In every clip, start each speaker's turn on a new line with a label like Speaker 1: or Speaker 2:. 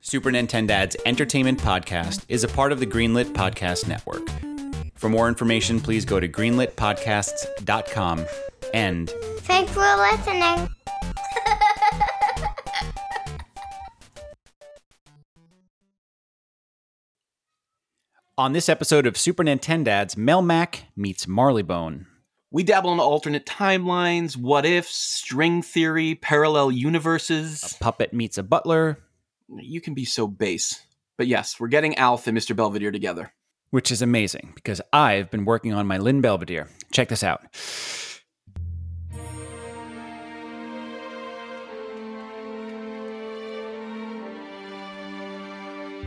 Speaker 1: Super Nintendad's entertainment podcast is a part of the Greenlit Podcast Network. For more information, please go to greenlitpodcasts.com and
Speaker 2: Thanks for listening.
Speaker 1: On this episode of Super Nintendad's, Melmac meets Marleybone.
Speaker 3: We dabble in alternate timelines, what ifs, string theory, parallel universes.
Speaker 1: Puppet meets a butler,
Speaker 3: You can be so base. But yes, we're getting Alf and Mr. Belvedere together.
Speaker 1: which is amazing because I've been working on my Lynn Belvedere. Check this out.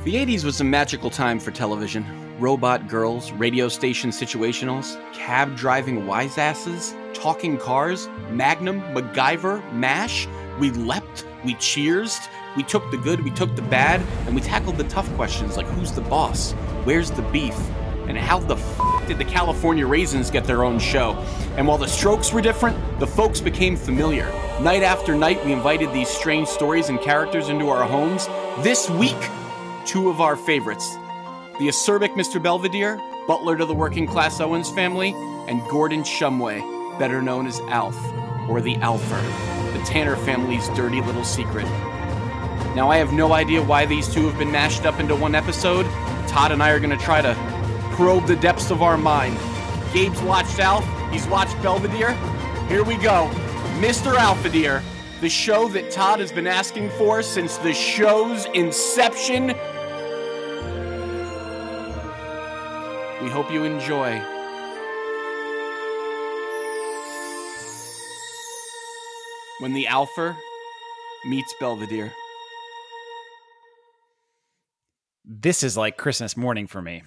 Speaker 3: The 80s was a magical time for television. Robot girls, radio station situationals, cab driving wiseasses, talking cars, Magnum, MacGyver, MASH. We leapt, we cheersed, we took the good, we took the bad, and we tackled the tough questions like who's the boss, where's the beef, and how the f did the California Raisins get their own show? And while the strokes were different, the folks became familiar. Night after night, we invited these strange stories and characters into our homes. This week, two of our favorites the acerbic Mr. Belvedere, butler to the working class Owens family, and Gordon Shumway, better known as Alf, or the Alfer, the Tanner family's dirty little secret. Now, I have no idea why these two have been mashed up into one episode. Todd and I are going to try to probe the depths of our mind. Gabe's watched Alf, he's watched Belvedere. Here we go. Mr. Alphadeer, the show that Todd has been asking for since the show's inception. We hope you enjoy. When the Alfer meets Belvedere.
Speaker 1: This is like Christmas morning for me.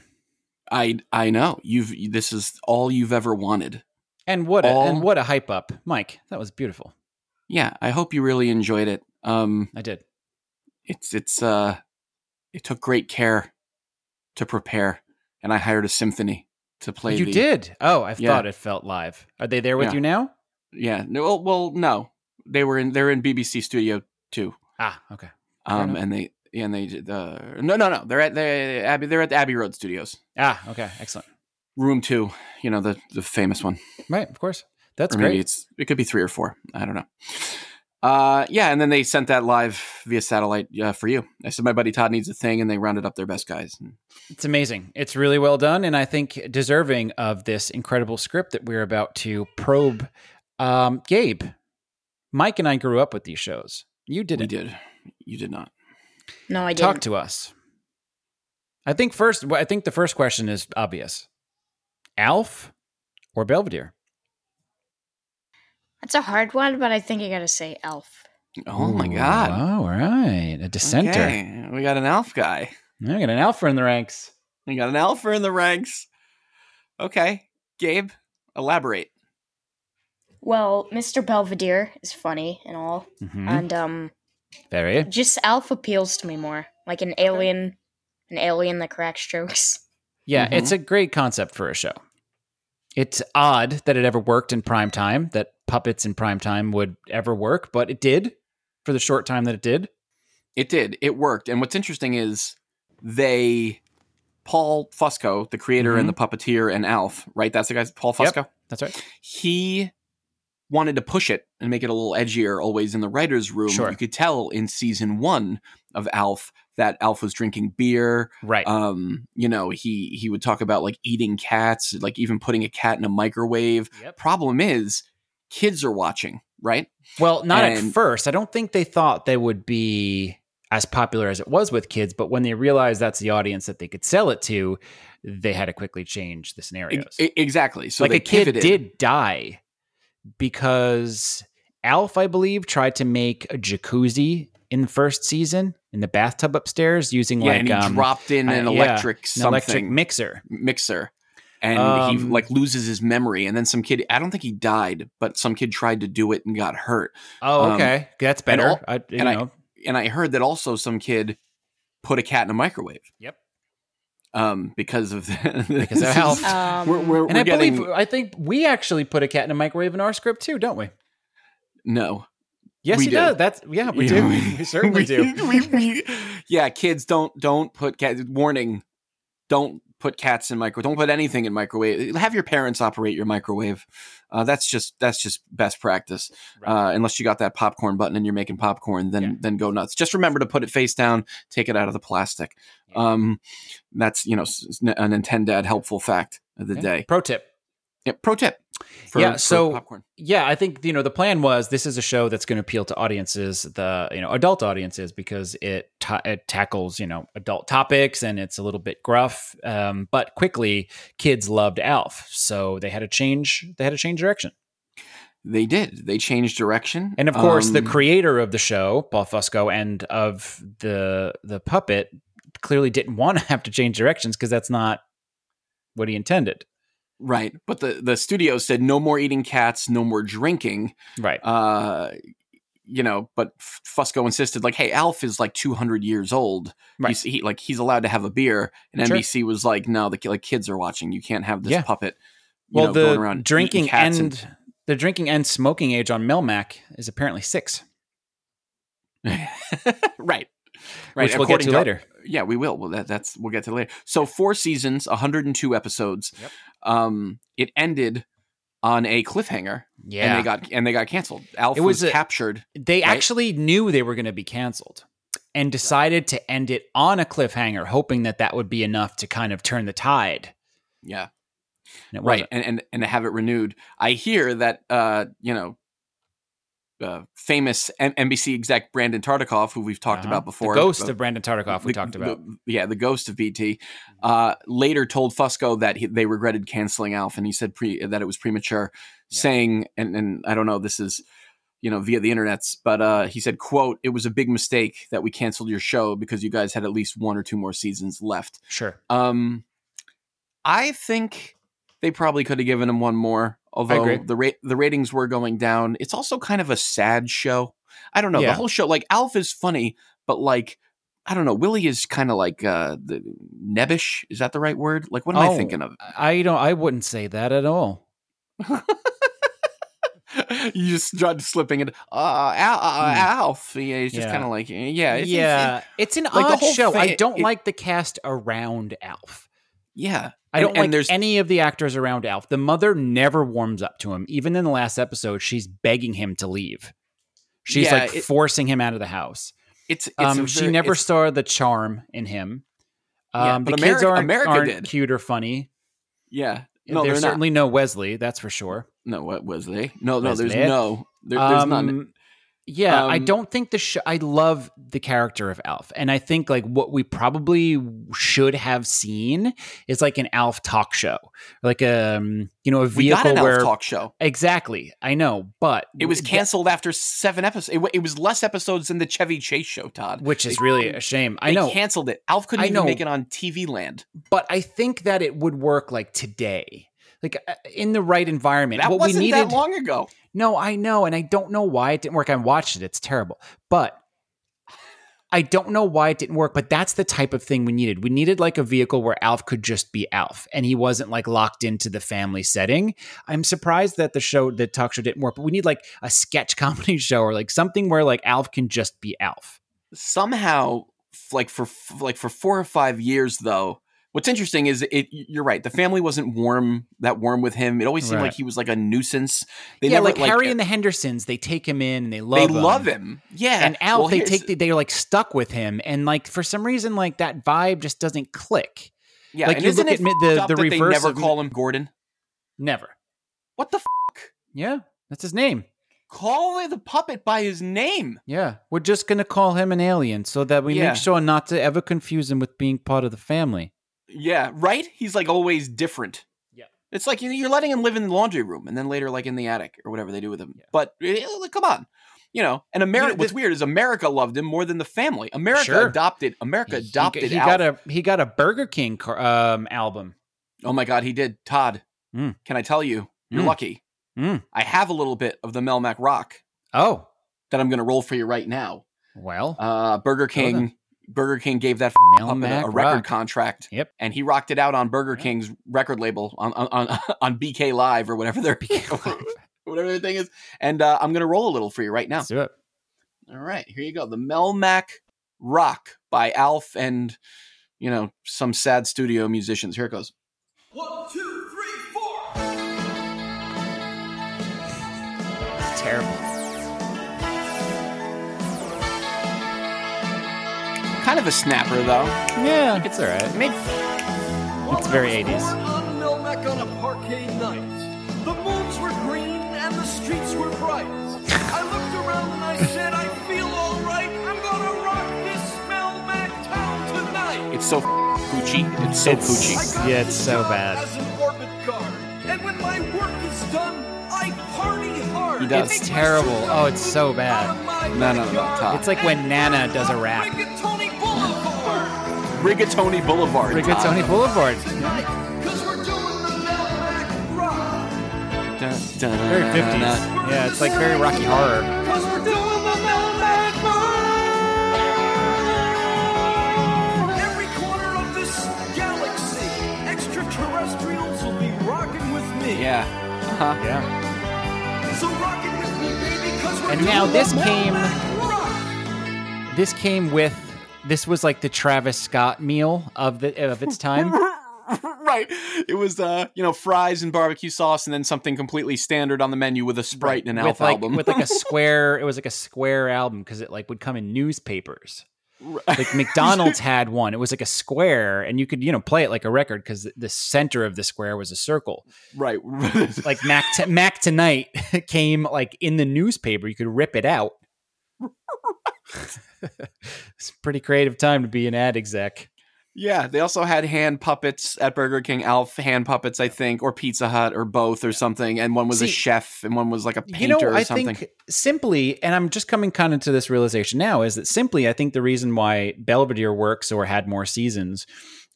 Speaker 3: I I know you've this is all you've ever wanted.
Speaker 1: And what a,
Speaker 3: All-
Speaker 1: and what a hype up. Mike, that was beautiful.
Speaker 3: Yeah, I hope you really enjoyed it. Um,
Speaker 1: I did.
Speaker 3: it's it's uh, it took great care to prepare, and I hired a symphony to play.
Speaker 1: You
Speaker 3: the-
Speaker 1: did. Oh, I
Speaker 3: Yeah.
Speaker 1: thought it felt live. Are they there with
Speaker 3: Yeah.
Speaker 1: you now?
Speaker 3: Yeah. No. Well, well, no. They were in. They're in BBC Studio Two.
Speaker 1: Ah, okay.
Speaker 3: Um,
Speaker 1: enough.
Speaker 3: and they and they did the no no no they're at they Abbey they're at the Abbey Road Studios
Speaker 1: Ah, okay. Excellent.
Speaker 3: room two you know the the famous one
Speaker 1: Right, of course. That's
Speaker 3: or maybe
Speaker 1: great.
Speaker 3: it's it could be three or four I don't know. Uh, yeah, and then they sent that live via satellite uh, for you. I said my buddy Todd needs a thing, and they rounded up their best guys. And
Speaker 1: It's amazing. It's really well done, and I think deserving of this incredible script that we're about to probe. Um, Gabe, Mike, and I grew up with these shows. You
Speaker 3: we
Speaker 1: didn't.
Speaker 3: did. You did not.
Speaker 4: No, I
Speaker 1: Talk
Speaker 4: didn't.
Speaker 1: to us. I think first. well, I think the first question is obvious: Alf or Belvedere?
Speaker 4: That's a hard one, but I think I gotta say Elf.
Speaker 3: Oh my
Speaker 1: Ooh,
Speaker 3: god!
Speaker 1: All right, a dissenter.
Speaker 3: Okay, we got an Alf guy.
Speaker 1: I got an Alf in the ranks.
Speaker 3: We got an Alfer in the ranks. Okay, Gabe, elaborate.
Speaker 4: Well, Mr. Belvedere is funny and all,
Speaker 1: Mhm.
Speaker 4: and um,
Speaker 1: Very.
Speaker 4: just Alf appeals to me more, like an alien, an alien that cracks jokes.
Speaker 1: Yeah,
Speaker 3: Mhm.
Speaker 1: it's a great concept for a show. It's odd that it ever worked in prime time, that puppets in prime time would ever work, but it did for the short time that it did.
Speaker 3: It did. It worked. And what's interesting is they Paul Fusco, the creator and the puppeteer and Alf, right? That's the guy's Paul
Speaker 1: Mm-hmm. Yep.
Speaker 3: Fusco.
Speaker 1: That's right.
Speaker 3: He wanted to push it and make it a little edgier always in the writers room.
Speaker 1: Sure.
Speaker 3: You could tell in season 1 of Alf that Alf was drinking beer,
Speaker 1: Right.
Speaker 3: um, you know, he he would talk about like eating cats, like even putting a cat in a microwave.
Speaker 1: Yep.
Speaker 3: Problem is kids are watching, right?
Speaker 1: Well, not at
Speaker 3: and-
Speaker 1: first. I don't think they thought they would be as popular as it was with kids, but when they realized that's the audience that they could sell it to, they had to quickly change the scenarios.
Speaker 3: E- e- exactly.
Speaker 1: Oh,
Speaker 3: So
Speaker 1: like
Speaker 3: they
Speaker 1: a kid
Speaker 3: pivoted.
Speaker 1: did die because Alf, I believe, tried to make a jacuzzi in the first season in the bathtub upstairs using
Speaker 3: yeah,
Speaker 1: like
Speaker 3: and he
Speaker 1: um,
Speaker 3: dropped in
Speaker 1: uh,
Speaker 3: an
Speaker 1: yeah,
Speaker 3: electric
Speaker 1: an
Speaker 3: something
Speaker 1: electric mixer.
Speaker 3: mixer, and he
Speaker 1: Um,
Speaker 3: like loses his memory. And then some kid, I don't think he died, but some kid tried to do it and got hurt.
Speaker 1: Oh,
Speaker 3: Um,
Speaker 1: okay, that's
Speaker 3: and
Speaker 1: better.
Speaker 3: all-
Speaker 1: I, you
Speaker 3: and I-
Speaker 1: know,
Speaker 3: And I heard that also some kid put a cat in a microwave.
Speaker 1: Yep.
Speaker 3: Um, because of the,
Speaker 1: Because of health.
Speaker 4: Um,
Speaker 3: we're we're,
Speaker 1: and
Speaker 3: we're
Speaker 1: I
Speaker 3: getting
Speaker 1: believe I think we actually put a cat in a microwave in our script too, don't we?
Speaker 3: no.
Speaker 1: Yes,
Speaker 3: We
Speaker 1: he
Speaker 3: do.
Speaker 1: does. That's yeah, we
Speaker 3: Yeah,
Speaker 1: do. We certainly
Speaker 3: we-
Speaker 1: do.
Speaker 3: we- we- yeah, kids, don't don't put cat. Warning, don't put cats in micro. Don't put anything in microwave. Have your parents operate your microwave. Uh, that's just that's just best practice. Uh, unless you got that popcorn button and you're making popcorn, then
Speaker 1: Yeah.
Speaker 3: then go nuts. Just remember to put it face down. Take it out of the plastic. Um, that's you know s- s- a Nintendad helpful fact of the
Speaker 1: Yeah.
Speaker 3: day.
Speaker 1: Pro tip.
Speaker 3: Yeah, pro tip.
Speaker 1: Yeah, so-
Speaker 3: popcorn.
Speaker 1: yeah, I think you know the plan was this is a show that's going to appeal to audiences, the you know adult audiences, because it ta- it tackles you know adult topics and it's a little bit gruff, um, but quickly kids loved Alf, so they had to change they had to change direction.
Speaker 3: They did. They changed direction.
Speaker 1: And of course, the
Speaker 3: Um,
Speaker 1: creator of the show, Paul Fusco, and of the the puppet clearly didn't want to have to change directions because that's not what he intended,
Speaker 3: Right. But the, the studio said no more eating cats, no more drinking.
Speaker 1: right?
Speaker 3: Uh, you know, but F- Fusco insisted, like, hey, Alf is like 200 years old.
Speaker 1: Right.
Speaker 3: He's, he, like, he's allowed to have a beer. And
Speaker 1: Sure.
Speaker 3: NBC was like, no, the ki- like, kids are watching. You can't have this
Speaker 1: Yeah.
Speaker 3: puppet. you
Speaker 1: well,
Speaker 3: know,
Speaker 1: the
Speaker 3: going around eating
Speaker 1: drinking
Speaker 3: cats
Speaker 1: and, the drinking and smoking age on Melmac is apparently six,
Speaker 3: right. Right.
Speaker 1: which we'll get
Speaker 3: according
Speaker 1: to later.
Speaker 3: Yeah, we will. Well, that, that's we'll get to later. So four seasons, 102 episodes.
Speaker 1: Yep.
Speaker 3: Um, it ended on a cliffhanger,
Speaker 1: Yeah,
Speaker 3: and they got and they got canceled. Alf
Speaker 1: It
Speaker 3: was,
Speaker 1: was a-
Speaker 3: captured.
Speaker 1: they
Speaker 3: right?
Speaker 1: actually knew they were going to be canceled and decided to end it on a cliffhanger, hoping that that would be enough to kind of turn the tide.
Speaker 3: Yeah,
Speaker 1: And it
Speaker 3: right.
Speaker 1: wasn't.
Speaker 3: And and and to have it renewed. I hear that uh, you know, uh, famous M- NBC exec Brandon Tartikoff, who we've talked
Speaker 1: Uh-huh.
Speaker 3: about before,
Speaker 1: The ghost
Speaker 3: uh,
Speaker 1: of Brandon Tartikoff, we
Speaker 3: the-
Speaker 1: talked
Speaker 3: the-
Speaker 1: about. Mm-hmm.
Speaker 3: yeah, the ghost of BT. Uh, later told Fusco that he, they regretted canceling Alf, and he said pre, that it was premature,
Speaker 1: Yeah.
Speaker 3: saying, and and I don't know, this is you know via the internets, but uh, he said, "quote It was a big mistake that we canceled your show because you guys had at least one or two more seasons left."
Speaker 1: sure.
Speaker 3: Um, I think they probably could have given him one more, although
Speaker 1: agree.
Speaker 3: the rate the ratings were going down. It's also kind of a sad show. I don't know the
Speaker 1: Yeah.
Speaker 3: whole show. Like Alf is funny, but like I don't know. Willie is kind of like uh, the nebbish. Is that the right word? Like what am I
Speaker 1: Oh.
Speaker 3: thinking of?
Speaker 1: I don't. I wouldn't say that at all.
Speaker 3: you just tried slipping it. Uh, Al, uh,
Speaker 1: Hmm.
Speaker 3: Alf. Yeah, he's just
Speaker 1: Yeah.
Speaker 3: kind of like "Eh, yeah, it's,
Speaker 1: yeah, it's, an
Speaker 3: like, the
Speaker 1: odd
Speaker 3: whole
Speaker 1: show. I
Speaker 3: thing-
Speaker 1: don't
Speaker 3: it-
Speaker 1: like the cast around Alf.
Speaker 3: yeah.
Speaker 1: I
Speaker 3: And-
Speaker 1: don't
Speaker 3: and
Speaker 1: like
Speaker 3: there's-
Speaker 1: any of the actors around Alf. The mother never warms up to him. Even in the last episode, she's begging him to leave. She's
Speaker 3: Yeah,
Speaker 1: like
Speaker 3: it-
Speaker 1: forcing him out of the house.
Speaker 3: It's, it's
Speaker 1: Um,
Speaker 3: a
Speaker 1: she
Speaker 3: very-
Speaker 1: never
Speaker 3: it's-
Speaker 1: saw the charm in him. Um,
Speaker 3: Yeah,
Speaker 1: the
Speaker 3: but
Speaker 1: kids
Speaker 3: America-
Speaker 1: aren't,
Speaker 3: America
Speaker 1: aren't
Speaker 3: did.
Speaker 1: cute or funny.
Speaker 3: yeah. No,
Speaker 1: There's
Speaker 3: they're not.
Speaker 1: certainly no Wesley, that's for sure.
Speaker 3: No, what was they? No, no,
Speaker 1: Was
Speaker 3: there's
Speaker 1: there?
Speaker 3: no. There, there's none.
Speaker 1: Um, Yeah, I
Speaker 3: Um,
Speaker 1: don't think the show. I love the character of Alf, and I think like what we probably should have seen is like an Alf talk show, like a um, you know a
Speaker 3: We got
Speaker 1: vehicle
Speaker 3: an
Speaker 1: where
Speaker 3: Elf talk show.
Speaker 1: exactly. I know, but
Speaker 3: It was
Speaker 1: th-
Speaker 3: canceled after seven episodes. It, wa- it was less episodes than the Chevy Chase show, Todd.
Speaker 1: which is really a shame. I
Speaker 3: They
Speaker 1: know,
Speaker 3: canceled it. Alf couldn't
Speaker 1: I
Speaker 3: even
Speaker 1: know.
Speaker 3: make it on TV Land.
Speaker 1: but I think that it would work like today, like uh, in the right environment.
Speaker 3: That
Speaker 1: what
Speaker 3: wasn't
Speaker 1: we needed,
Speaker 3: that long ago.
Speaker 1: No, I know, and I don't know why it didn't work. I watched it; it's terrible. But I don't know why it didn't work. But that's the type of thing we needed. We needed like a vehicle where Alf could just be Alf, and he wasn't like locked into the family setting. I'm surprised that the show, the talk show, didn't work. But we need like a sketch comedy show or like something where like Alf can just be Alf.
Speaker 3: Somehow, f- like for f- like for four or five years, though. What's interesting is it. You're right. The family wasn't warm that warm with him. It always seemed
Speaker 1: Right.
Speaker 3: like he was like a nuisance. They
Speaker 1: yeah,
Speaker 3: never, uh,
Speaker 1: like, Harry and the Hendersons, they take him in and they love
Speaker 3: they
Speaker 1: him.
Speaker 3: love him. Yeah,
Speaker 1: And Alf,
Speaker 3: Well,
Speaker 1: they
Speaker 3: here's-
Speaker 1: take the, they're like stuck with him, and like for some reason, like that vibe just doesn't click.
Speaker 3: yeah.
Speaker 1: like,
Speaker 3: and
Speaker 1: you
Speaker 3: isn't
Speaker 1: look
Speaker 3: it
Speaker 1: at mi- the-
Speaker 3: fucked up
Speaker 1: the
Speaker 3: that They
Speaker 1: reverse
Speaker 3: never
Speaker 1: of-
Speaker 3: call him Gordon.
Speaker 1: Never.
Speaker 3: What the
Speaker 1: Yeah, that's his name.
Speaker 3: call the puppet by his name.
Speaker 1: Yeah, we're just gonna call him an alien so that we
Speaker 3: Yeah.
Speaker 1: make sure not to ever confuse him with being part of the family.
Speaker 3: Yeah, right? He's like always different.
Speaker 1: Yeah.
Speaker 3: It's like you- you're letting him live in the laundry room and then later like in the attic or whatever they do with him.
Speaker 1: Yeah.
Speaker 3: But eh, like, come on. You know, and America.
Speaker 1: You know,
Speaker 3: what's
Speaker 1: the-
Speaker 3: weird is America loved him more than the family. America
Speaker 1: Sure.
Speaker 3: adopted. America
Speaker 1: He-
Speaker 3: adopted.
Speaker 1: He,
Speaker 3: Alf.
Speaker 1: got a he got a Burger King car, um, album.
Speaker 3: oh my God, he did. Todd,
Speaker 1: Mm.
Speaker 3: can I tell you? You're
Speaker 1: Mm.
Speaker 3: lucky.
Speaker 1: Mm.
Speaker 3: I have a little bit of the Melmac Rock
Speaker 1: Oh
Speaker 3: that I'm going to roll for you right now.
Speaker 1: well,
Speaker 3: Uh, Burger
Speaker 1: then.
Speaker 3: King. Burger King gave that
Speaker 1: Mel
Speaker 3: puppet a,
Speaker 1: Mac
Speaker 3: a record
Speaker 1: Rock.
Speaker 3: contract.
Speaker 1: Yep.
Speaker 3: And he rocked it out on Burger
Speaker 1: Yeah.
Speaker 3: King's record label on on on, on BK Live or whatever their
Speaker 1: BK Live.
Speaker 3: whatever their thing is. And uh, I'm gonna roll a little for you right now.
Speaker 1: Let's do it.
Speaker 3: All right, here you go. The Melmac Rock by Alf and, you know, some sad studio musicians. Here it goes.
Speaker 1: It's terrible.
Speaker 3: Kind of a snapper, though.
Speaker 1: Yeah, it's all right. It's very 80s.
Speaker 5: On Melmac on a parquet night. The moons were green and the streets were bright. I looked around and I said, I feel alright. I'm gonna rock this Melmac town tonight.
Speaker 3: It's so f- poochy. It's so
Speaker 1: It's-
Speaker 3: poochy.
Speaker 5: I got
Speaker 1: Yeah, it's
Speaker 5: the
Speaker 1: so
Speaker 5: job
Speaker 1: bad.
Speaker 5: As an orbit guard. And when my work is done, I party hard.
Speaker 3: He does.
Speaker 5: Make
Speaker 1: It's
Speaker 5: my
Speaker 1: terrible.
Speaker 5: suit
Speaker 1: Oh, it's so bad.
Speaker 5: out of my
Speaker 3: No, no, no, no,
Speaker 5: backyard
Speaker 3: Tom.
Speaker 1: It's like when
Speaker 5: and
Speaker 1: Nana does a rap.
Speaker 5: Rigatoni Boulevard.
Speaker 3: Rigatoni Boulevard. Tom.
Speaker 1: Rigatoni Boulevard.
Speaker 5: tonight, cause we're doing the Melmac Rock.
Speaker 3: Dun, dun,
Speaker 1: Very
Speaker 3: dun,
Speaker 1: 50s.
Speaker 3: dun.
Speaker 1: Yeah, it's like very Rocky Horror.
Speaker 5: Cause we're doing the Melmac Rock. Every corner of this galaxy, extraterrestrials will be rocking with me.
Speaker 3: Yeah. Uh-huh.
Speaker 1: Yeah.
Speaker 5: So rocking with me, baby, cause we're
Speaker 1: And now
Speaker 5: doing
Speaker 1: this
Speaker 5: the
Speaker 1: came-
Speaker 5: Melmac Rock.
Speaker 1: This came with. This was like the Travis Scott meal of the of its time.
Speaker 3: right. It was uh, you know, fries and barbecue sauce and then something completely standard on the menu with a Sprite and an
Speaker 1: with
Speaker 3: Alf
Speaker 1: like
Speaker 3: album.
Speaker 1: with like a square. It was like a square album because it like would come in newspapers. Like McDonald's had one. It was like a square, and you could you know play it like a record because the center of the square was a circle.
Speaker 3: right.
Speaker 1: Like Mac t- Mac Tonight came like in the newspaper. You could rip it out. it's a pretty creative time to be an ad exec.
Speaker 3: yeah, they also had hand puppets at Burger King, Alf hand puppets, I think, or Pizza Hut or both or something. And one was a
Speaker 1: See,
Speaker 3: chef and one was like a painter
Speaker 1: you know,
Speaker 3: or
Speaker 1: I
Speaker 3: something.
Speaker 1: think simply, and I'm just coming kind of to this realization now, is that simply, I think the reason why Belvedere works or had more seasons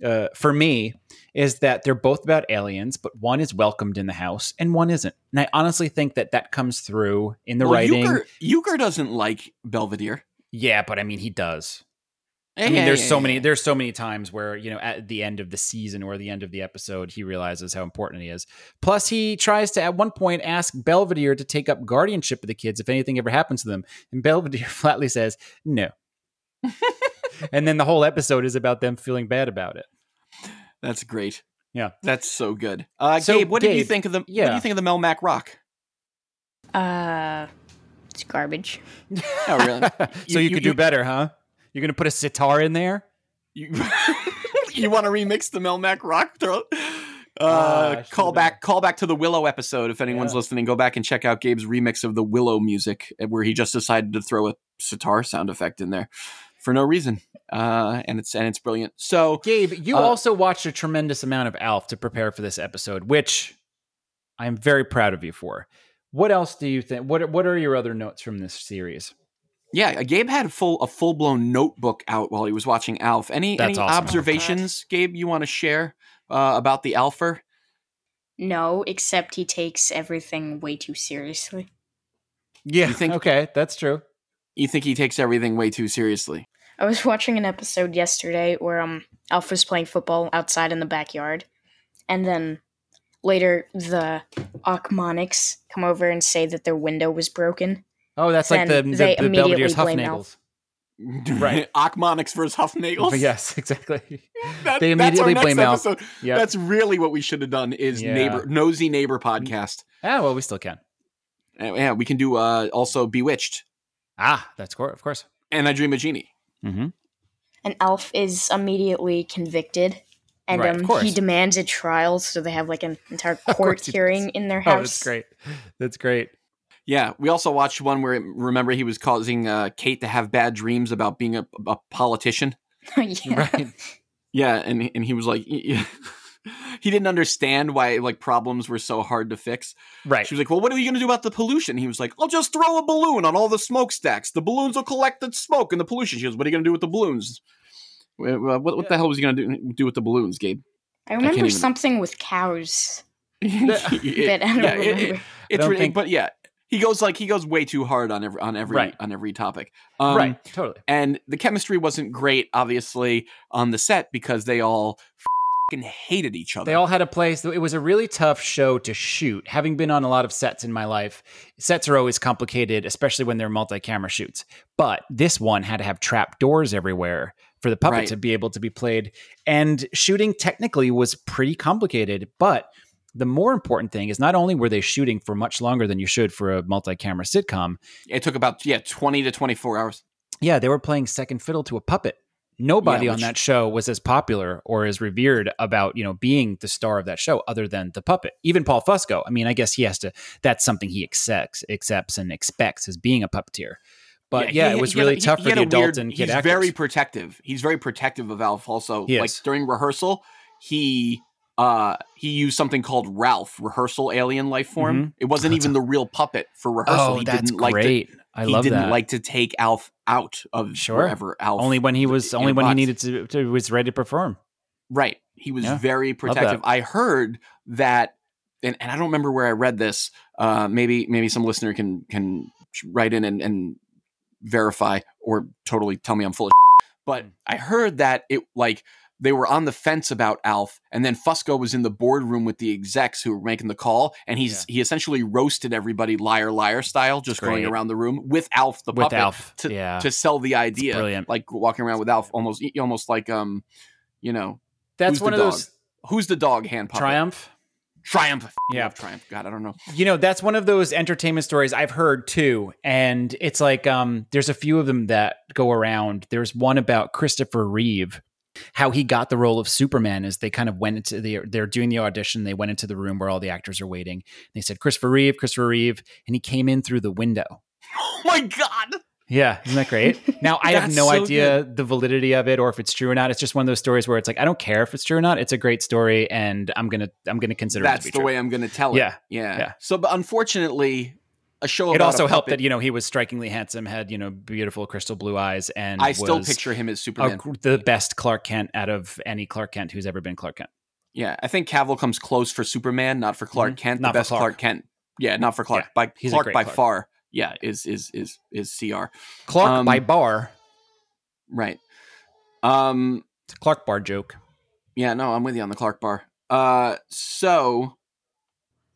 Speaker 1: uh, for me is that they're both about aliens, but one is welcomed in the house and one isn't. And I honestly think that that comes through in the
Speaker 3: well,
Speaker 1: writing.
Speaker 3: Euchre, Euchre doesn't like Belvedere.
Speaker 1: Yeah, but I mean, he does.
Speaker 3: Yeah,
Speaker 1: I mean,
Speaker 3: yeah,
Speaker 1: there's
Speaker 3: yeah,
Speaker 1: so
Speaker 3: yeah,
Speaker 1: many
Speaker 3: yeah.
Speaker 1: there's so many times where you know at the end of the season or the end of the episode he realizes how important he is. Plus, he tries to at one point ask Belvedere to take up guardianship of the kids if anything ever happens to them, and Belvedere flatly says no. and then the whole episode is about them feeling bad about it.
Speaker 3: That's great.
Speaker 1: Yeah.
Speaker 3: That's so good. Uh,
Speaker 1: So,
Speaker 3: Gabe, what did you
Speaker 1: Gabe,
Speaker 3: think of the what do
Speaker 1: yeah.
Speaker 3: you think of the Melmac Rock?
Speaker 4: Uh, it's garbage.
Speaker 3: Oh really?
Speaker 1: so you,
Speaker 3: you-
Speaker 1: could
Speaker 3: you-
Speaker 1: do better, huh? You're gonna put a sitar in there?
Speaker 3: You, you want to remix the Melmac Rock Throw? Uh,
Speaker 1: Ah, I should've
Speaker 3: call
Speaker 1: done
Speaker 3: back, call back to the Willow episode. If anyone's
Speaker 1: Yeah.
Speaker 3: listening, go back and check out Gabe's remix of the Willow music, uh, where he just decided to throw a sitar sound effect in there for no reason, uh, and it's and it's brilliant. So
Speaker 1: Gabe, you
Speaker 3: Uh,
Speaker 1: also watched a tremendous amount of Alf to prepare for this episode, which I'm very proud of you for. What else do you think? What What are your other notes from this series?
Speaker 3: yeah, uh, Gabe had a full a full blown notebook out while he was watching Alf. Any
Speaker 1: That's
Speaker 3: any
Speaker 1: awesome.
Speaker 3: observations, Gabe, you want to share uh, about the Alfer?
Speaker 4: No, except he takes everything way too seriously.
Speaker 1: Yeah.
Speaker 3: You think-
Speaker 1: okay, that's true.
Speaker 3: You think he takes everything way too seriously?
Speaker 4: I was watching an episode yesterday where um Alf was playing football outside in the backyard, and then later the Achmonics come over and say that their window was broken.
Speaker 1: Oh, that's like the
Speaker 4: Then
Speaker 1: the,
Speaker 4: they
Speaker 1: the Belvedere's
Speaker 4: immediately blame
Speaker 1: Huffnagels.
Speaker 3: Right, Achmonics versus Huffnagels.
Speaker 1: Oh, yes, exactly.
Speaker 3: That-
Speaker 1: They
Speaker 3: that's our
Speaker 1: immediately
Speaker 3: next
Speaker 1: blame Alf.
Speaker 3: episode.
Speaker 1: Yeah.
Speaker 3: That's really what we should have done is
Speaker 1: Yeah.
Speaker 3: neighbor nosy neighbor podcast.
Speaker 1: Ah, well, we still can.
Speaker 3: Uh, yeah, we can do uh, also Bewitched
Speaker 1: Ah, that's cor- of course.
Speaker 3: and I Dream a Genie.
Speaker 1: Mm-hmm.
Speaker 4: And Alf is immediately convicted, and
Speaker 1: Right, of
Speaker 4: um,
Speaker 1: course.
Speaker 4: he demands a trial, so they have like an entire
Speaker 1: course
Speaker 4: court
Speaker 1: he does.
Speaker 4: hearing in their
Speaker 1: Oh,
Speaker 4: house.
Speaker 1: that's great. That's great.
Speaker 3: Yeah, we also watched one where remember he was causing uh, Kate to have bad dreams about being a, a politician.
Speaker 4: yeah.
Speaker 1: Right.
Speaker 3: Yeah, and and he was like. He didn't understand why like problems were so hard to fix.
Speaker 1: Right.
Speaker 3: She was like, "Well, what are you going to do about the pollution?" He was like, "I'll just throw a balloon on all the smokestacks. The balloons will collect the smoke and the pollution." She goes, "What are you going to do with the balloons?" Wh- wh- What, what the hell was he going to do, do with the balloons, Gabe?
Speaker 4: I remember
Speaker 3: even-
Speaker 4: something with cows,
Speaker 3: It-
Speaker 4: but I don't
Speaker 3: yeah, it-
Speaker 4: remember.
Speaker 3: it- it's
Speaker 1: don't
Speaker 3: really-
Speaker 1: think-
Speaker 3: but yeah, he goes like he goes way too hard on every on every
Speaker 1: Right.
Speaker 3: on every topic. Um,
Speaker 1: right. Totally.
Speaker 3: And the chemistry wasn't great, obviously, on the set because they all fucking hated each other.
Speaker 1: They all had a place. It was a really tough show to shoot. Having been on a lot of sets in my life, sets are always complicated, especially when they're multi-camera shoots. But this one had to have trap doors everywhere for the puppet
Speaker 3: Right.
Speaker 1: to be able to be played. And shooting technically was pretty complicated, but the more important thing is not only were they shooting for much longer than you should for a multi-camera sitcom,
Speaker 3: it took about yeah twenty to twenty four hours.
Speaker 1: yeah, they were playing second fiddle to a puppet. Nobody
Speaker 3: Yeah,
Speaker 1: on
Speaker 3: which-
Speaker 1: that show was as popular or as revered about, you know, being the star of that show other than the puppet. Even Paul Fusco. I mean, I guess he has to that's something he accepts accepts and expects as being a puppeteer. But yeah,
Speaker 3: he-
Speaker 1: it was
Speaker 3: he had
Speaker 1: really
Speaker 3: a- he-
Speaker 1: tough
Speaker 3: he
Speaker 1: for
Speaker 3: had
Speaker 1: the
Speaker 3: a
Speaker 1: adult
Speaker 3: weird-
Speaker 1: and kid
Speaker 3: he's
Speaker 1: actors.
Speaker 3: very protective. He's very protective of Alf. Also,
Speaker 1: He
Speaker 3: like
Speaker 1: is.
Speaker 3: during rehearsal, he uh he used something called Ralph rehearsal alien life form. It wasn't
Speaker 1: That's
Speaker 3: even the real puppet for rehearsal.
Speaker 1: Mm-hmm. oh,
Speaker 3: he
Speaker 1: that's
Speaker 3: didn't like to,
Speaker 1: great. I
Speaker 3: he
Speaker 1: love
Speaker 3: didn't
Speaker 1: that.
Speaker 3: like to take Alf out of
Speaker 1: Sure.
Speaker 3: wherever Alf
Speaker 1: only when he was
Speaker 3: in
Speaker 1: only
Speaker 3: a
Speaker 1: when he
Speaker 3: box.
Speaker 1: needed to, to was ready to perform.
Speaker 3: Right. He was
Speaker 1: Yeah.
Speaker 3: very
Speaker 1: that.
Speaker 3: protective. I heard that and, and I don't remember where I read this. Uh maybe maybe some listener can can write in and, and verify or totally tell me I'm full of shit. but
Speaker 1: Hmm.
Speaker 3: I heard that it like they were on the fence about Alf, and then Fusco was in the boardroom with the execs who were making the call, and he's he essentially roasted everybody liar liar style, just going
Speaker 1: Great.
Speaker 3: around the room with Alf the
Speaker 1: With
Speaker 3: puppet
Speaker 1: Alf.
Speaker 3: to
Speaker 1: yeah.
Speaker 3: to sell the idea,
Speaker 1: brilliant.
Speaker 3: like walking around with Alf, almost almost like um, you know,
Speaker 1: that's
Speaker 3: who's
Speaker 1: one
Speaker 3: the
Speaker 1: of those
Speaker 3: Who's the dog hand puppet?
Speaker 1: triumph.
Speaker 3: Triumph. F-
Speaker 1: Yeah.
Speaker 3: love Triumph. God, I don't know.
Speaker 1: You know, that's one of those entertainment stories I've heard too. And it's like, um, there's a few of them that go around. There's one about Christopher Reeve, how he got the role of Superman is they kind of went into the, they're doing the audition. They went into the room where all the actors are waiting. They said, Christopher Reeve, Christopher Reeve. And he came in through the window.
Speaker 3: Oh my God.
Speaker 1: Yeah, isn't that great? Now I have
Speaker 3: That's
Speaker 1: no
Speaker 3: so
Speaker 1: idea the validity of it or if it's true or not. It's just one of those stories where it's like I don't care if it's true or not. It's a great story, and I'm gonna I'm gonna consider
Speaker 3: That's
Speaker 1: it to
Speaker 3: the
Speaker 1: be true.
Speaker 3: way I'm going to tell it.
Speaker 1: Yeah.
Speaker 3: Yeah.
Speaker 1: Yeah.
Speaker 3: So, but unfortunately, a show
Speaker 1: it
Speaker 3: about
Speaker 1: also
Speaker 3: a
Speaker 1: helped that
Speaker 3: puppet,
Speaker 1: you know he was strikingly handsome, had you know beautiful crystal blue eyes, and
Speaker 3: I still
Speaker 1: was
Speaker 3: picture him as Superman.
Speaker 1: a, the best Clark Kent out of any Clark Kent who's ever been Clark Kent.
Speaker 3: yeah. I think Cavill comes close for Superman, not for Clark
Speaker 1: Mhm.
Speaker 3: Kent.
Speaker 1: Not
Speaker 3: the
Speaker 1: for
Speaker 3: best
Speaker 1: Clark.
Speaker 3: Clark. Kent. Yeah. Not for Clark.
Speaker 1: Yeah.
Speaker 3: By
Speaker 1: He's a
Speaker 3: Clark
Speaker 1: great
Speaker 3: by
Speaker 1: Clark.
Speaker 3: far. Yeah. Is, is, is, is CR.
Speaker 1: Clark
Speaker 3: Um,
Speaker 1: by bar,
Speaker 3: Right. Um,
Speaker 1: it's a Clark bar joke.
Speaker 3: Yeah, no, I'm with you on the Clark bar. Uh, so,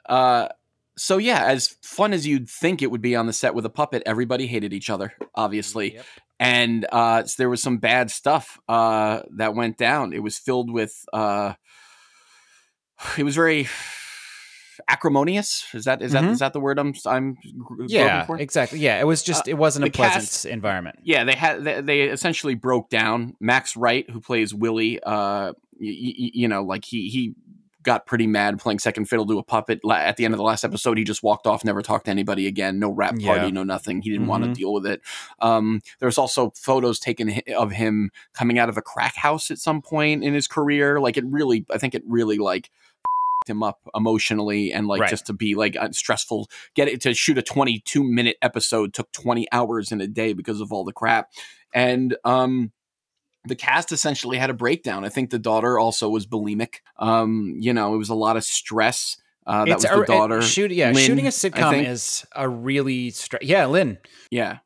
Speaker 3: uh, so yeah, as fun as you'd think it would be on the set with a puppet, everybody hated each other, obviously, and uh, so there was some bad stuff uh, that went down. It was filled with, uh, it was very acrimonious. Is that is that
Speaker 1: Mhm.
Speaker 3: is that the word I'm I'm groping
Speaker 1: Yeah,
Speaker 3: for? Uh,
Speaker 1: exactly. Yeah, it was just it wasn't a
Speaker 3: the
Speaker 1: pleasant
Speaker 3: cast-
Speaker 1: environment.
Speaker 3: yeah, they had they, they essentially broke down. Max Wright, who plays Willie, uh, y- y- y- you know, like he he got pretty mad playing second fiddle to a puppet. La- At the end of the last episode, he just walked off, never talked to anybody again. No rap party,
Speaker 1: Yeah.
Speaker 3: no nothing. He didn't want to
Speaker 1: Mhm.
Speaker 3: deal with it. Um, there's also photos taken hi- of him coming out of a crack house at some point in his career. Like it really, I think it really like him up emotionally and like
Speaker 1: Right.
Speaker 3: just to be like a stressful get it to shoot a 22 minute episode took 20 hours in a day because of all the crap and um the cast essentially had a breakdown i think the daughter also was bulimic um you know it was a lot of stress uh that was the
Speaker 1: a- it-
Speaker 3: daughter
Speaker 1: shoot, yeah,
Speaker 3: Lynn,
Speaker 1: shooting a
Speaker 3: I
Speaker 1: sitcom
Speaker 3: think.
Speaker 1: is a really str- yeah, Lynn.
Speaker 3: yeah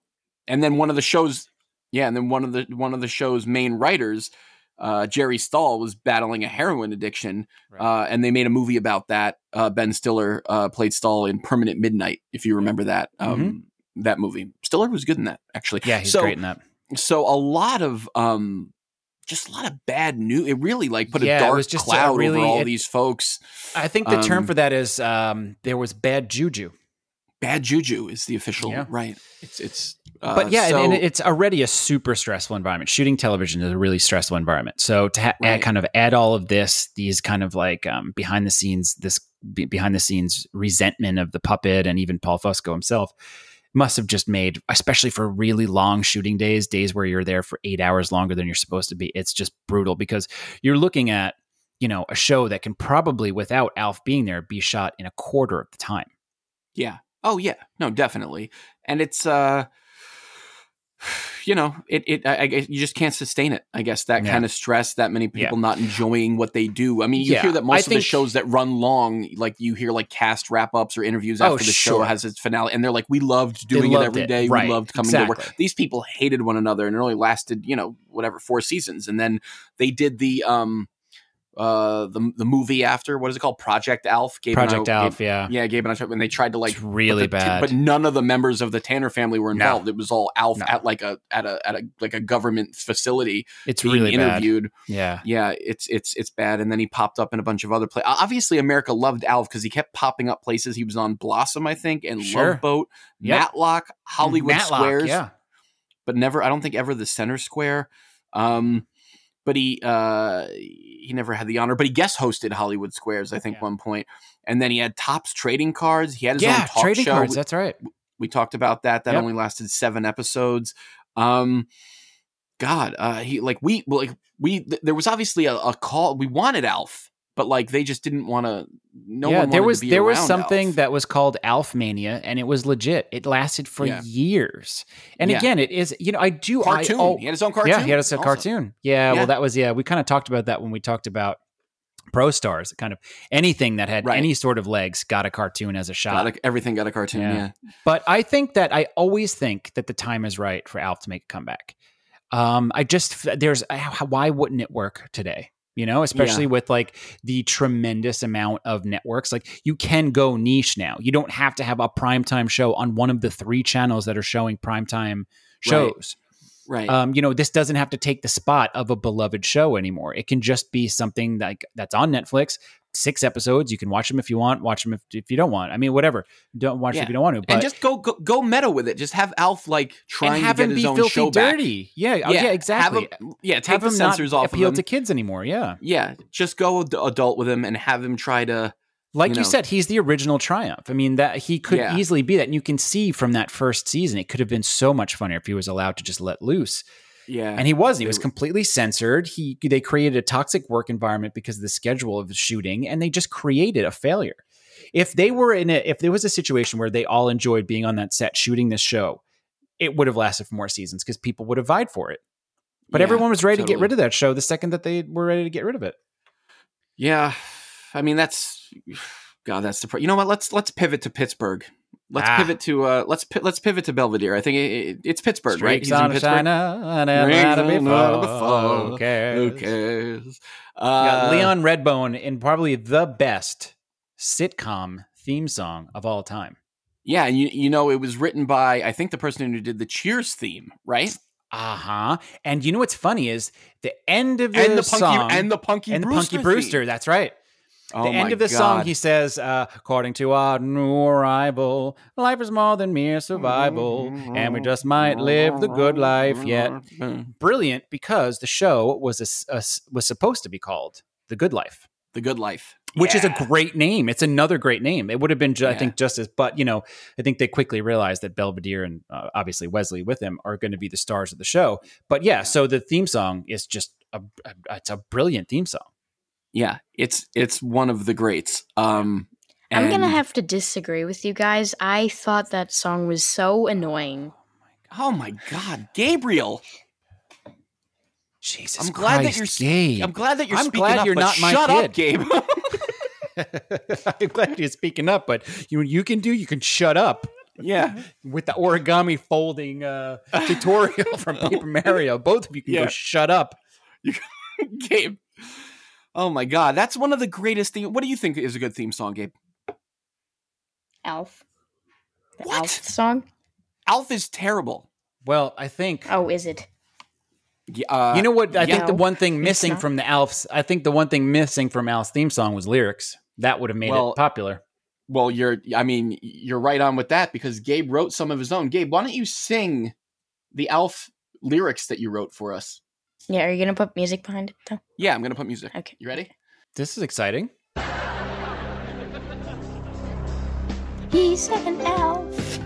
Speaker 3: and then one of the shows yeah and then one of the one of the show's main writers uh, Jerry Stahl was battling a heroin addiction, uh, and they made a movie about that. Uh, ben Stiller uh, played Stahl in Permanent Midnight, if you remember that um, that movie. Stiller was good in that, actually.
Speaker 1: Mm-hmm. yeah, he's
Speaker 3: so,
Speaker 1: great in that.
Speaker 3: So a lot of um, just a lot of bad news. It really like put
Speaker 1: Yeah,
Speaker 3: a
Speaker 1: it
Speaker 3: dark
Speaker 1: was just a
Speaker 3: cloud
Speaker 1: really-
Speaker 3: over all
Speaker 1: it-
Speaker 3: these folks.
Speaker 1: I think the term
Speaker 3: Um,
Speaker 1: for that is um, there was bad juju.
Speaker 3: bad juju is the official
Speaker 1: Yeah.
Speaker 3: right. It's it's. Uh,
Speaker 1: But yeah, and- and,
Speaker 3: so-
Speaker 1: it's already a super stressful environment. Shooting television is a really stressful environment. So to ha-
Speaker 3: Right.
Speaker 1: kind of add all of this, these kind of like um, behind the scenes, this be- behind the scenes resentment of the puppet and even Paul Fusco himself must have just made, especially for really long shooting days, days where you're there for eight hours longer than you're supposed to be. It's just brutal because you're looking at you know a show that can probably without Alf being there be shot in a quarter of the time.
Speaker 3: Yeah. Oh yeah. No, definitely. And it's uh you know, it it I, I guess you just can't sustain it. I guess that
Speaker 1: Yeah.
Speaker 3: kind of stress, that many people not enjoying what they do. I mean, you
Speaker 1: Yeah,
Speaker 3: hear that
Speaker 1: I
Speaker 3: most of the
Speaker 1: think-
Speaker 3: shows that run long, like you hear like cast wrap ups or interviews after
Speaker 1: Oh,
Speaker 3: the show
Speaker 1: sure.
Speaker 3: has its finale, and they're like, "We loved doing
Speaker 1: loved
Speaker 3: it every
Speaker 1: it.
Speaker 3: day.
Speaker 1: Right.
Speaker 3: We loved coming to work."
Speaker 1: Exactly.
Speaker 3: These people hated one another, and it only lasted, you know, whatever four seasons, and then they did the um uh, the the movie after. What is it called? Project Alf. Gabe and I-
Speaker 1: Project Alf,
Speaker 3: Gabe-
Speaker 1: yeah.
Speaker 3: yeah, Gabe and I talked when they tried to like
Speaker 1: it's really
Speaker 3: but the-
Speaker 1: bad.
Speaker 3: But none of the members of the Tanner family were
Speaker 1: No.
Speaker 3: involved. It was all Alf
Speaker 1: No.
Speaker 3: at like a at a at a like a government facility
Speaker 1: it's
Speaker 3: being
Speaker 1: really
Speaker 3: interviewed.
Speaker 1: bad. Yeah.
Speaker 3: Yeah, it's it's it's bad. And then he popped up in a bunch of other places. Obviously, America loved Alf because he kept popping up places. He was on Blossom, I think, and
Speaker 1: Sure.
Speaker 3: Love Boat,
Speaker 1: Yep.
Speaker 3: Matlock, Hollywood
Speaker 1: Matlock,
Speaker 3: Squares,
Speaker 1: Yeah.
Speaker 3: but never. I don't think ever the Center Square. Um, but he uh he never had the honor. But he guest hosted Hollywood Squares, I think,
Speaker 1: Yeah.
Speaker 3: one point. And then he had Tops Trading Cards. He had his
Speaker 1: Yeah.
Speaker 3: own talk
Speaker 1: Trading
Speaker 3: show.
Speaker 1: cards. That's right.
Speaker 3: We talked about that. That
Speaker 1: Yep.
Speaker 3: only lasted seven episodes. Um, God, uh, he like we well, like we. Th- there was obviously a, a call. We wanted Alf, but like they just didn't want to. No
Speaker 1: yeah.
Speaker 3: one.
Speaker 1: There
Speaker 3: wanted
Speaker 1: was
Speaker 3: to be
Speaker 1: there was
Speaker 3: around
Speaker 1: something
Speaker 3: Alf.
Speaker 1: that was called Alf Mania, and it was legit. It lasted for
Speaker 3: Yeah.
Speaker 1: years. And
Speaker 3: Yeah.
Speaker 1: again, it is you know I do
Speaker 3: cartoon.
Speaker 1: I, oh,
Speaker 3: he had his own cartoon.
Speaker 1: Yeah, he had us a
Speaker 3: also.
Speaker 1: cartoon. Yeah,
Speaker 3: Yeah.
Speaker 1: well, that was yeah. We kind of talked about that when we talked about pro stars. Kind of anything that had
Speaker 3: Right.
Speaker 1: any sort of legs got a cartoon as a shot.
Speaker 3: Got a, everything got a cartoon.
Speaker 1: Yeah.
Speaker 3: Yeah.
Speaker 1: but I think that I always think that the time is right for Alf to make a comeback. Um, I just f- there's how- why wouldn't it work today? You know, especially with like the tremendous amount of networks. Like you can go niche now. You don't have to have a primetime show on one of the three channels that are showing primetime shows
Speaker 3: Right.
Speaker 1: um, you know, this doesn't have to take the spot of a beloved show anymore. It can just be something like that's on Netflix, six episodes. You can watch them if you want, watch them if, if you don't want. I mean, whatever. Don't watch it
Speaker 3: Yeah.
Speaker 1: if you don't want to. But
Speaker 3: and just go, go go meta with it. Just have Alf like
Speaker 1: and
Speaker 3: trying
Speaker 1: have
Speaker 3: to
Speaker 1: him
Speaker 3: get his
Speaker 1: be
Speaker 3: own
Speaker 1: filthy
Speaker 3: show
Speaker 1: dirty. Yeah,
Speaker 3: back.
Speaker 1: oh, yeah, exactly.
Speaker 3: Have him, yeah, take
Speaker 1: Have
Speaker 3: the
Speaker 1: him
Speaker 3: sensors
Speaker 1: not
Speaker 3: off
Speaker 1: appeal
Speaker 3: of
Speaker 1: to
Speaker 3: him.
Speaker 1: kids anymore. Yeah,
Speaker 3: yeah, just go ad- adult with him and have him try to
Speaker 1: like you,
Speaker 3: You know.
Speaker 1: said, he's the original Triumph. I mean, that he could
Speaker 3: Yeah.
Speaker 1: easily be that, and you can see from that first season, it could have been so much funnier if he was allowed to just let loose.
Speaker 3: yeah.
Speaker 1: and he was he
Speaker 3: They
Speaker 1: was
Speaker 3: were-
Speaker 1: completely censored he they created a toxic work environment because of the schedule of the shooting and they just created a failure if they were in a if there was a situation where they all enjoyed being on that set shooting this show it would have lasted for more seasons because people would have vied for it but
Speaker 3: Yeah.
Speaker 1: everyone was ready to get
Speaker 3: totally.
Speaker 1: rid of that show the second that they were ready to get rid of it
Speaker 3: Yeah, I mean that's God. That's the pro- you know what? Let's let's pivot to Pittsburgh. Let's
Speaker 1: Ah.
Speaker 3: pivot to uh let's pi- let's pivot to Belvedere. I think it, it, it's Pittsburgh, right?
Speaker 1: Streaks on a China and a lot of
Speaker 3: Rings
Speaker 1: before.
Speaker 3: on the fall.
Speaker 1: Who cares?
Speaker 3: Who cares?
Speaker 1: You got
Speaker 3: Uh,
Speaker 1: leon redbone in probably the best sitcom theme song of all time
Speaker 3: Yeah, and you you know it was written by I think the person who did the Cheers theme, right?
Speaker 1: Uh-huh. And you know what's funny is the end of the,
Speaker 3: And the punky
Speaker 1: song
Speaker 3: and the punky
Speaker 1: and the
Speaker 3: Brewster
Speaker 1: Punky
Speaker 3: theme.
Speaker 1: Brewster, that's right.
Speaker 3: Oh
Speaker 1: the end
Speaker 3: my
Speaker 1: of the song
Speaker 3: God.
Speaker 1: he says, uh, according to our new arrival, life is more than mere survival, and we just might live the good life yet.
Speaker 3: Mm,
Speaker 1: Brilliant because the show was a s- a s- was supposed to be called The Good Life.
Speaker 3: The good life.
Speaker 1: Which is
Speaker 3: Yeah.
Speaker 1: a great name. It's another great name. It would have been, ju- I
Speaker 3: Yeah.
Speaker 1: think, just as, but you know, I think they quickly realized that Belvedere and uh, obviously Wesley with him are going to be the stars of the show. But yeah, so the theme song is just a, a- it's a brilliant theme song.
Speaker 3: Yeah, it's it's one of the greats. Um,
Speaker 4: I'm gonna
Speaker 3: and-
Speaker 4: have to disagree with you guys. I thought that song was so annoying.
Speaker 3: Oh my God, Gabriel!
Speaker 1: Jesus,
Speaker 3: I'm glad that
Speaker 1: Christ,
Speaker 3: you're s-
Speaker 1: Gabe.
Speaker 3: I'm glad that you're.
Speaker 1: I'm
Speaker 3: speaking
Speaker 1: glad
Speaker 3: up,
Speaker 1: you're
Speaker 3: but
Speaker 1: not my
Speaker 3: shut
Speaker 1: kid.
Speaker 3: up, Gabe.
Speaker 1: I'm glad you're speaking up, but you you can do you can shut up
Speaker 3: yeah,
Speaker 1: with the origami folding uh, tutorial from Paper Mario. Both of you can
Speaker 3: Yeah.
Speaker 1: go shut up.
Speaker 3: Gabe. Oh my God, that's one of the greatest theme. What do you think is a good theme song, Gabe?
Speaker 4: Alf. The
Speaker 3: What?
Speaker 4: Alf song?
Speaker 3: Alf is terrible.
Speaker 1: Well, I think
Speaker 4: Oh, is it?
Speaker 3: Y- Uh,
Speaker 1: You know what? I think
Speaker 4: yeah.
Speaker 1: the one thing
Speaker 4: It's
Speaker 1: missing
Speaker 4: not.
Speaker 1: from the Alf's, I think the one thing missing from Alf's theme song was lyrics. That would have made
Speaker 3: Well,
Speaker 1: it popular.
Speaker 3: well, you're. I mean, you're right on with that because Gabe wrote some of his own. Gabe, why don't you sing the Alf lyrics that you wrote for us?
Speaker 4: Yeah, are you gonna put music behind it though?
Speaker 3: Yeah, I'm gonna put music.
Speaker 4: Okay.
Speaker 3: You ready?
Speaker 1: This is exciting.
Speaker 2: He's an elf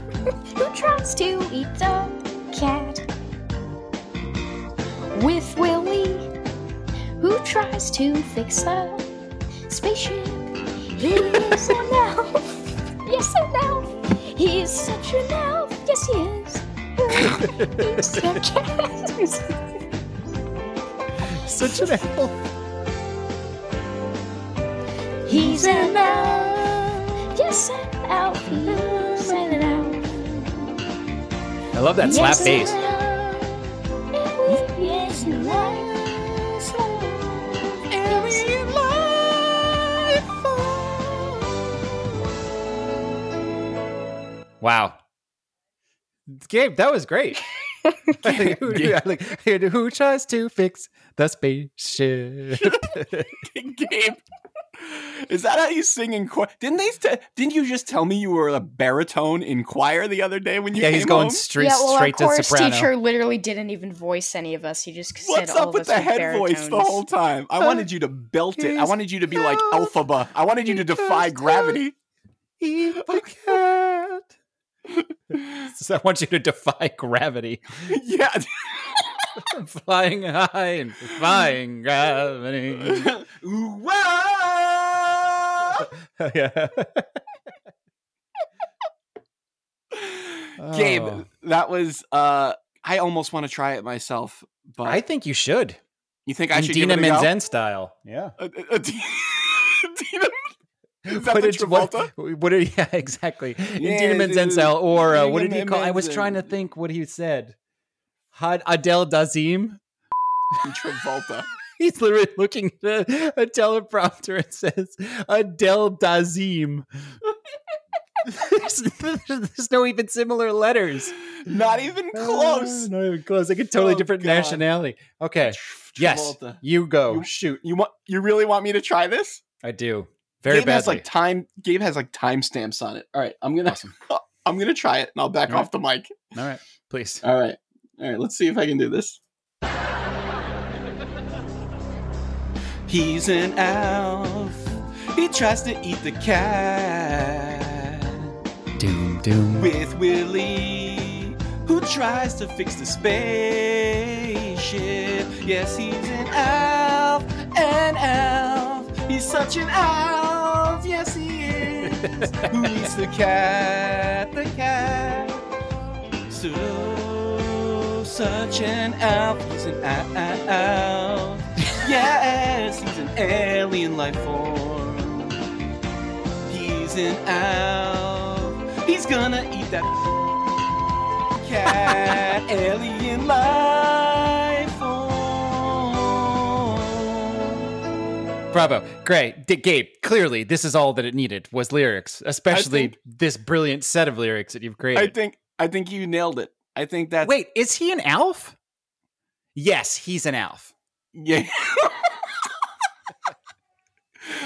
Speaker 2: who tries to eat a cat. With Willy, who tries to fix a spaceship. He's an elf. Yes, an elf. He is such an elf. Yes, he is. Who eats a cat?
Speaker 1: Such an elf.
Speaker 2: He's an elf. Yes, an elf. He's an elf.
Speaker 1: I love that slap bass.
Speaker 2: Yes,
Speaker 1: Wow. Gabe, that was great. like, who,
Speaker 3: Gabe.
Speaker 1: like, who tries to fix the spaceship?
Speaker 3: Gabe, is that how you sing in choir? Didn't they? T- didn't you just tell me you were a baritone in choir the other day when you
Speaker 1: yeah,
Speaker 3: came
Speaker 1: he's going
Speaker 3: home?
Speaker 1: straight
Speaker 4: yeah, well,
Speaker 1: straight
Speaker 4: our
Speaker 1: to
Speaker 4: chorus
Speaker 1: soprano.
Speaker 4: teacher literally didn't even voice any of us. He just
Speaker 3: What's
Speaker 4: said all
Speaker 3: up
Speaker 4: of
Speaker 3: with
Speaker 4: us
Speaker 3: the
Speaker 4: with
Speaker 3: head voice the
Speaker 4: baritones. Uh,
Speaker 3: whole time? I wanted you to belt it. I
Speaker 1: he's
Speaker 3: wanted you to be like
Speaker 1: out.
Speaker 3: Elphaba. I wanted you to
Speaker 1: He
Speaker 3: defy
Speaker 1: goes
Speaker 3: gravity.
Speaker 1: Eat the cat. So I want you to defy gravity,
Speaker 3: yeah.
Speaker 1: flying high and defying gravity.
Speaker 3: Ooh, wow.
Speaker 1: yeah.
Speaker 3: Gabe,
Speaker 1: Oh.
Speaker 3: that was. uh I almost want to try it myself, but
Speaker 1: I think you should.
Speaker 3: you think I
Speaker 1: In
Speaker 3: should
Speaker 1: Dina
Speaker 3: give it a go?
Speaker 1: Menzen style. Yeah.
Speaker 3: Uh, uh, uh, Dina- Is that
Speaker 1: What
Speaker 3: the
Speaker 1: did- what-
Speaker 3: Travolta?
Speaker 1: what did- yeah, exactly.
Speaker 3: Yeah,
Speaker 1: in Dina Menzen
Speaker 3: dude.
Speaker 1: style. Or uh, what
Speaker 3: Dina
Speaker 1: did he call? I was
Speaker 3: Menzen.
Speaker 1: trying to think what he said. Had Adele Dazim.
Speaker 3: Travolta.
Speaker 1: He's literally looking at a, a teleprompter and says, Adele Dazim. there's, there's no even similar letters.
Speaker 3: Not even close.
Speaker 1: Uh, not even close. Like a totally
Speaker 3: Oh,
Speaker 1: different
Speaker 3: God.
Speaker 1: nationality. Okay. Yes.
Speaker 3: Travolta.
Speaker 1: You go.
Speaker 3: You-
Speaker 1: Shoot.
Speaker 3: You want? You really want me to try this?
Speaker 1: I do. Very
Speaker 3: Gabe
Speaker 1: badly.
Speaker 3: has like time. Gabe has like timestamps on it. All right, I'm gonna. I'm gonna try it, and I'll back
Speaker 1: All right.
Speaker 3: off the mic.
Speaker 1: All right. Please.
Speaker 3: All right, all right. Let's see if I can do this. He's an elf. He tries to eat the cat.
Speaker 1: Doom, doom.
Speaker 3: with Willie, who tries to fix the spaceship. Yes, he's an elf, an elf. He's such an elf. Yes, he is. who needs the cat? The cat. So such an elf. He's an a- elf. Yes, he's an alien life form. He's an elf. He's gonna eat that cat alien life form.
Speaker 1: Bravo. Great. D- Gabe, clearly this is all that it needed was lyrics, especially
Speaker 3: think-
Speaker 1: this brilliant set of lyrics that you've created.
Speaker 3: I think I think you nailed it. I think that's
Speaker 1: Wait, is he an elf? Yes, he's an elf.
Speaker 3: yeah.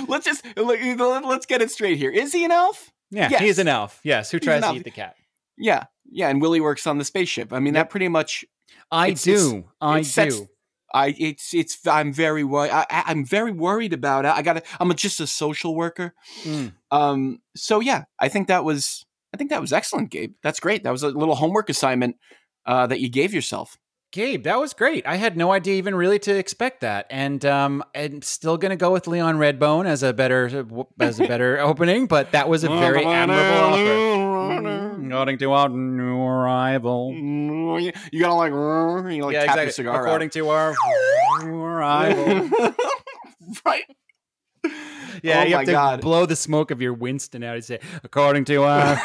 Speaker 3: let's just let- let's get it straight here. Is he an elf?
Speaker 1: Yeah,
Speaker 3: Yes.
Speaker 1: he's an elf. Yes, who
Speaker 3: He's
Speaker 1: tries
Speaker 3: an
Speaker 1: to
Speaker 3: elf.
Speaker 1: eat the cat?
Speaker 3: Yeah, yeah. And Willie works on the spaceship. I mean, that pretty much
Speaker 1: I
Speaker 3: It's-
Speaker 1: do.
Speaker 3: it's-
Speaker 1: I
Speaker 3: it sets-
Speaker 1: do.
Speaker 3: I it's it's I'm very worried. I, I- I'm very worried about it. I got to I'm a, just a social worker.
Speaker 1: Mm.
Speaker 3: Um. So yeah, I think that was I think that was excellent, Gabe. That's great. That was a little homework assignment uh, that you gave yourself.
Speaker 1: Gabe, that was great. I had no idea even really to expect that, and um, I'm still gonna go with Leon Redbone as a better as a better opening. But that was a very admirable
Speaker 3: Mm-hmm.
Speaker 1: offer. Nodding to our new arrival.
Speaker 3: Mm, You gotta like you like Oh, tap your cigar.
Speaker 1: According to our new arrival.
Speaker 3: out. right.
Speaker 1: Yeah,
Speaker 3: Oh
Speaker 1: you
Speaker 3: my
Speaker 1: have to
Speaker 3: God.
Speaker 1: blow the smoke of your Winston out and say, according to our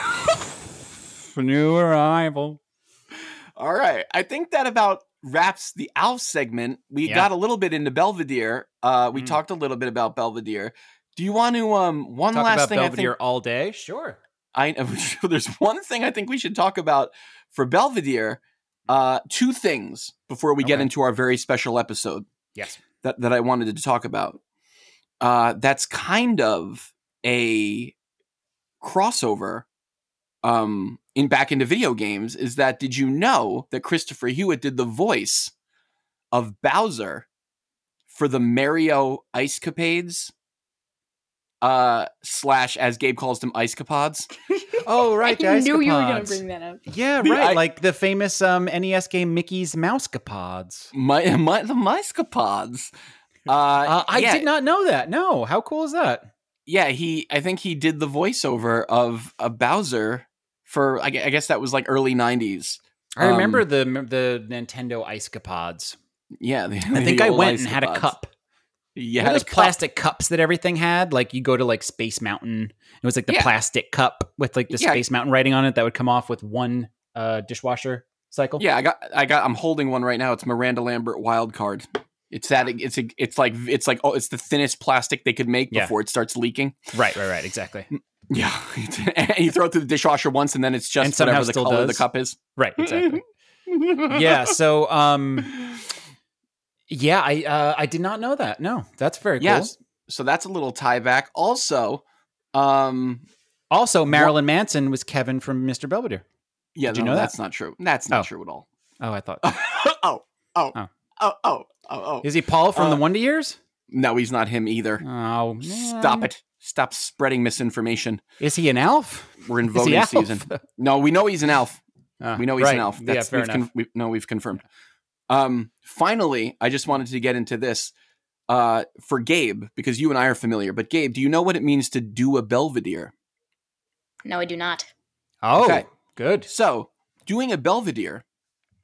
Speaker 1: new arrival.
Speaker 3: All right. I think that about wraps the ALF segment. We
Speaker 1: Yeah.
Speaker 3: got a little bit into Belvedere. Uh, we
Speaker 1: Mm.
Speaker 3: talked a little bit about Belvedere. Do you want to um one
Speaker 1: Talk
Speaker 3: last
Speaker 1: about
Speaker 3: thing
Speaker 1: Belvedere all day? Sure.
Speaker 3: I think I there's one thing I think we should talk about for Belvedere. Uh, two things before we get
Speaker 1: Okay.
Speaker 3: into our very special episode
Speaker 1: Yes.
Speaker 3: that, that I wanted to talk about. Uh, that's kind of a crossover um, in back into video games. Is that did you know that Christopher Hewitt did the voice of Bowser for the Mario Ice Capades? Uh, slash as Gabe calls them Ice Capods.
Speaker 1: Oh, right.
Speaker 4: I knew you were gonna bring that up.
Speaker 1: Yeah,
Speaker 3: The
Speaker 1: right.
Speaker 3: I-
Speaker 1: like the famous um, NES game Mickey's Mouse Capods.
Speaker 3: My, my the Mice Capods. Uh,
Speaker 1: Uh, I
Speaker 3: yeah,
Speaker 1: did not know that. No. How cool is that?
Speaker 3: yeah, he. I think he did the voiceover of a Bowser for. I, gue- I guess that was like early '90s.
Speaker 1: I
Speaker 3: Um,
Speaker 1: remember the the Nintendo Ice Capods.
Speaker 3: Yeah, the-
Speaker 1: I
Speaker 3: the
Speaker 1: think I
Speaker 3: old
Speaker 1: went
Speaker 3: Ice
Speaker 1: and had a
Speaker 3: Capods.
Speaker 1: cup.
Speaker 3: You
Speaker 1: Remember
Speaker 3: had a
Speaker 1: those
Speaker 3: cup.
Speaker 1: plastic cups that everything had? Like you go to like Space Mountain. It was like the
Speaker 3: Yeah.
Speaker 1: plastic cup with like the
Speaker 3: Yeah.
Speaker 1: Space Mountain writing on it that would come off with one uh, dishwasher cycle.
Speaker 3: Yeah, I got. I got. I'm holding one right now. It's Miranda Lambert Wild Card. It's that. It's a. It's like. It's like. Oh, it's the thinnest plastic they could make
Speaker 1: Yeah.
Speaker 3: before it starts leaking. Mm.
Speaker 1: Right, right, right. Exactly.
Speaker 3: Yeah, and you throw it through the dishwasher once, and then it's
Speaker 1: And
Speaker 3: just
Speaker 1: somehow
Speaker 3: whatever the
Speaker 1: still
Speaker 3: color of the
Speaker 1: does.
Speaker 3: cup is.
Speaker 1: Right, exactly. yeah, so um yeah, I uh, I did not know that. No, that's very cool.
Speaker 3: Yes. So that's a little tie back. Also, um,
Speaker 1: Also, Marilyn Manson was Kevin from Mr. Belvedere.
Speaker 3: yeah,
Speaker 1: Did you
Speaker 3: no,
Speaker 1: know that?
Speaker 3: that's not true. That's not
Speaker 1: Oh.
Speaker 3: true at all.
Speaker 1: Oh, I thought.
Speaker 3: oh, oh,
Speaker 1: Oh.
Speaker 3: oh, oh, oh, oh.
Speaker 1: Is he Paul from
Speaker 3: Uh,
Speaker 1: the Wonder Years?
Speaker 3: No, he's not him either.
Speaker 1: Oh, man.
Speaker 3: Stop it. Stop spreading misinformation.
Speaker 1: Is he an elf?
Speaker 3: We're in
Speaker 1: Is he
Speaker 3: voting
Speaker 1: elf?
Speaker 3: season. No, we know he's an elf.
Speaker 1: Ah,
Speaker 3: We know he's
Speaker 1: right.
Speaker 3: an elf.
Speaker 1: yeah, fair
Speaker 3: we've
Speaker 1: enough.
Speaker 3: con- we- no, we've confirmed. Um, finally, I just wanted to get into this uh, for Gabe because you and I are familiar. But Gabe, do you know what it means to do a Belvedere?
Speaker 4: No, I do not.
Speaker 1: oh,
Speaker 3: Okay.
Speaker 1: good.
Speaker 3: So, doing a Belvedere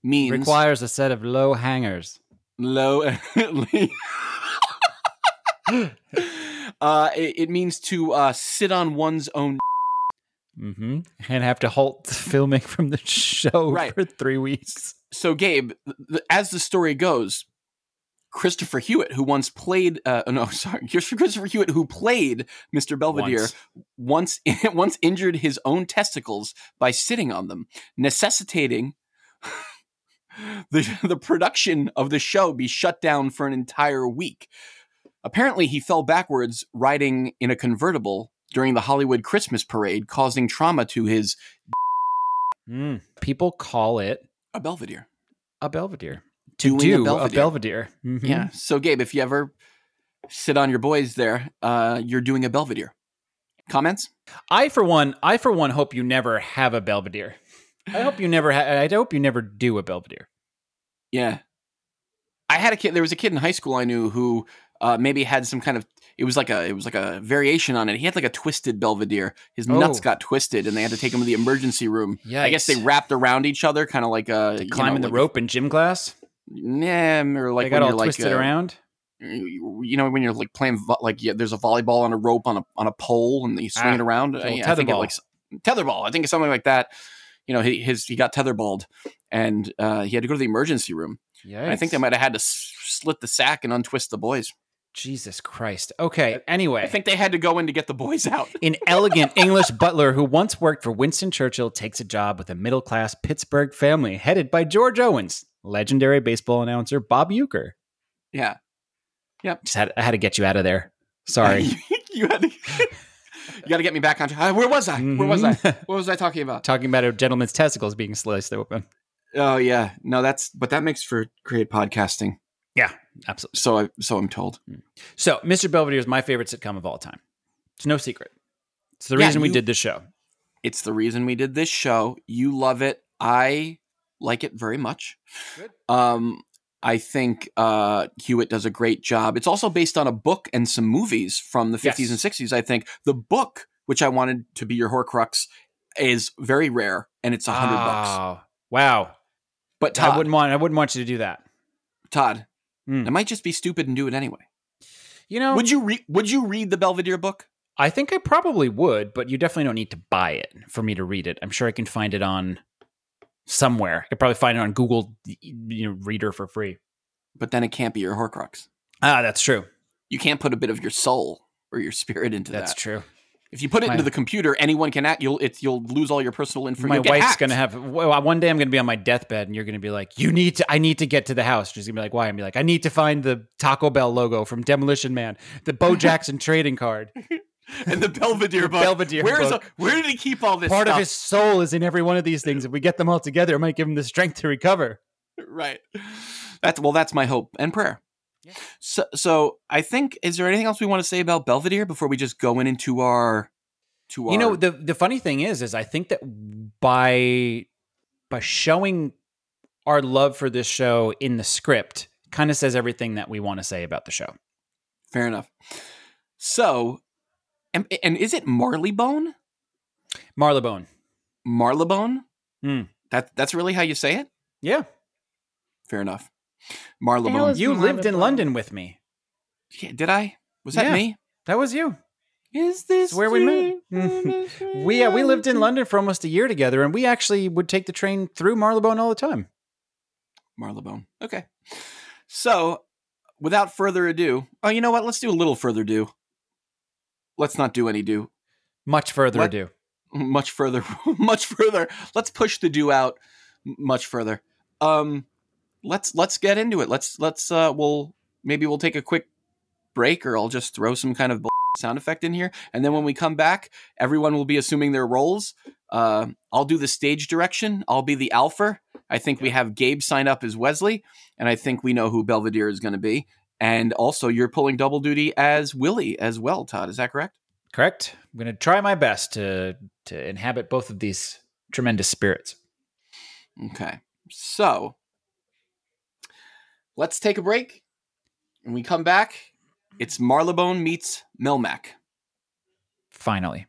Speaker 3: means
Speaker 1: Requires a set of low hangers.
Speaker 3: low. uh, Uh, it, it means to uh, sit on one's own.
Speaker 1: Mm-hmm. And have to halt the filming from the show
Speaker 3: Right.
Speaker 1: for three weeks.
Speaker 3: So, Gabe, th- th- as the story goes, Christopher Hewitt, who once played, uh, no, sorry, Christopher Hewitt, who played Mr. Belvedere,
Speaker 1: Once.
Speaker 3: once once injured his own testicles by sitting on them, necessitating the the production of the show be shut down for an entire week. Apparently, he fell backwards riding in a convertible during the Hollywood Christmas parade, causing trauma to his
Speaker 1: Mm. People call it
Speaker 3: a uh, Belvedere.
Speaker 1: a Belvedere. To
Speaker 3: Doing a
Speaker 1: do
Speaker 3: Belvedere.
Speaker 1: Mhm.
Speaker 3: Yeah. So, Gabe, if you ever sit on your boys there, uh, you're doing a Belvedere. Comments?
Speaker 1: I for one, I for one hope you never have a Belvedere. I hope you never. Ha- I hope you never do a Belvedere.
Speaker 3: Yeah. I had a kid there was a kid in high school I knew who uh, maybe had some kind of it was like a it was like a variation on it. He had like a twisted Belvedere. His nuts
Speaker 1: Oh.
Speaker 3: got twisted and they had to take him to the emergency room. I guess
Speaker 1: Yikes.
Speaker 3: they wrapped around each other kind of like uh you know,
Speaker 1: Climbing the
Speaker 3: like-
Speaker 1: rope in gym class,
Speaker 3: Yeah, or like
Speaker 1: they got
Speaker 3: when
Speaker 1: all
Speaker 3: you're
Speaker 1: twisted
Speaker 3: like uh,
Speaker 1: around.
Speaker 3: you know when you're like playing vo- like yeah, there's a volleyball on a rope on a on a pole and you swing
Speaker 1: Ah,
Speaker 3: it around.
Speaker 1: little
Speaker 3: uh, I, I think it
Speaker 1: tetherball.
Speaker 3: like s- tetherball. I think it's something like that. You know, he his he got tetherballed and uh, he had to go to the emergency room.
Speaker 1: Yeah,
Speaker 3: I think they might have had to s- slit the sack and untwist the boys.
Speaker 1: Jesus Christ. Okay. Anyway,
Speaker 3: I think they had to go in to get the boys out.
Speaker 1: An elegant English butler who once worked for Winston Churchill takes a job with a middle class Pittsburgh family headed by George Owens, legendary baseball announcer Bob Euchre.
Speaker 3: Yeah.
Speaker 1: Just had, I had to get you out of there. Sorry.
Speaker 3: you had to. You got to get me back on. track. Uh, Where was I? Where was I?
Speaker 1: Mhm.
Speaker 3: What was I talking about?
Speaker 1: Talking about a gentleman's testicles being sliced open.
Speaker 3: Oh yeah, no, that's but that makes for great podcasting.
Speaker 1: Absolutely.
Speaker 3: So I so I'm told.
Speaker 1: So, Mr. Belvedere is my favorite sitcom of all time. It's no secret. It's the
Speaker 3: Yeah,
Speaker 1: reason we
Speaker 3: you-
Speaker 1: did this show.
Speaker 3: It's the reason we did this show. You love it. I like it very much. Um, I think uh, Hewitt does a great job. It's also based on a book and some movies from the 50s
Speaker 1: Yes.
Speaker 3: and 60s, I think. The book, which I wanted to be your Horcrux, is very rare and it's a 100 bucks.
Speaker 1: Wow. Wow.
Speaker 3: But
Speaker 1: I
Speaker 3: Todd,
Speaker 1: Ah, wouldn't want I wouldn't want you to do that.
Speaker 3: Todd,
Speaker 1: Hmm.
Speaker 3: I might just be stupid and do it anyway.
Speaker 1: You know,
Speaker 3: Would you re- would you read the Belvedere book?
Speaker 1: I think I probably would, but you definitely don't need to buy it for me to read it. I'm sure I can find it on somewhere. I could probably find it on Google you know, Reader for free.
Speaker 3: But then it can't be your Horcrux.
Speaker 1: Ah, that's true.
Speaker 3: You can't put a bit of your soul or your spirit into
Speaker 1: That's
Speaker 3: that.
Speaker 1: true.
Speaker 3: If you put it
Speaker 1: My-
Speaker 3: into the computer, anyone can act. You'll it's you'll lose all your personal
Speaker 1: my
Speaker 3: information.
Speaker 1: wife's gonna have well, one day. I'm gonna be on my deathbed, and you're gonna be like, "You need to. I need to get to the house." She's gonna be like, "Why?" I'm be like, "I need to find the Taco Bell logo from Demolition Man, the Bo Jackson trading card.
Speaker 3: and the Belvedere
Speaker 1: The
Speaker 3: book.
Speaker 1: Belvedere
Speaker 3: Where is
Speaker 1: book.
Speaker 3: a- where did he keep all this?
Speaker 1: Part of
Speaker 3: stuff?
Speaker 1: his soul is in every one of these things. If we get them all together, it might give him the strength to recover."
Speaker 3: right. That's well. That's my hope and prayer. So, so I think is there anything else we want to say about Belvedere before we just go in into our to our
Speaker 1: You know, the the funny thing is, is I think that by by showing our love for this show in the script, kind of says everything that we want to say about the show.
Speaker 3: fair enough. So, and, and is it Marleybone?
Speaker 1: Marlebone.
Speaker 3: Marlebone?
Speaker 1: Hmm.
Speaker 3: That that's really how you say it.
Speaker 1: Yeah.
Speaker 3: Fair enough.
Speaker 4: The hell
Speaker 3: Marlebone.
Speaker 4: is-
Speaker 1: You lived in
Speaker 4: Marylebone.
Speaker 1: London with me.
Speaker 3: Yeah, did I? Was that
Speaker 1: Yeah.
Speaker 3: me?
Speaker 1: That was you.
Speaker 3: Is this
Speaker 1: It's where we met.
Speaker 3: true?
Speaker 1: We uh, we lived in London for almost a year together, and we actually would take the train through Marylebone all the time.
Speaker 3: Marlebone. Okay. So, without further ado, oh, you know what? Let's do a little further ado. Let's not do any do.
Speaker 1: Much further
Speaker 3: What?
Speaker 1: ado.
Speaker 3: much further much further let's push the do out m- much further um let's let's get into it let's let's uh we'll maybe we'll take a quick break or i'll just throw some kind of bull- sound effect in here and then when we come back everyone will be assuming their roles uh, i'll do the stage direction i'll be the alpha i think we have gabe sign up as wesley and i think we know who belvedere is going to be and also you're pulling double duty as willie as well todd is that correct
Speaker 1: Correct? I'm going to try my best to to inhabit both of these tremendous spirits.
Speaker 3: Okay. So let's take a break. When we come back, it's Marlebone meets Melmac.
Speaker 1: Finally.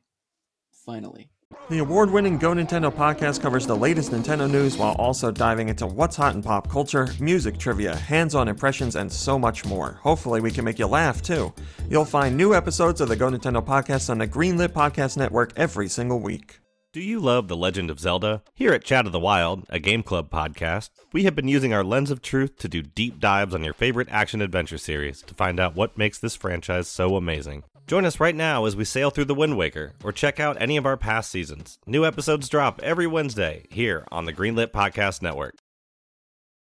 Speaker 3: Finally.
Speaker 6: The award winning Go Nintendo podcast covers the latest Nintendo news while also diving into what's hot in pop culture, music trivia, hands on impressions, and so much more. Hopefully, we can make you laugh too. You'll find new episodes of the Go Nintendo podcast on the Greenlit Podcast Network every single week.
Speaker 7: Do you love The Legend of Zelda? Here at Chat of the Wild, a game club podcast, we have been using our lens of truth to do deep dives on your favorite action adventure series to find out what makes this franchise so amazing. Join us right now as we sail through The Wind Waker or check out any of our past seasons. New episodes drop every Wednesday here on the Greenlit Podcast Network.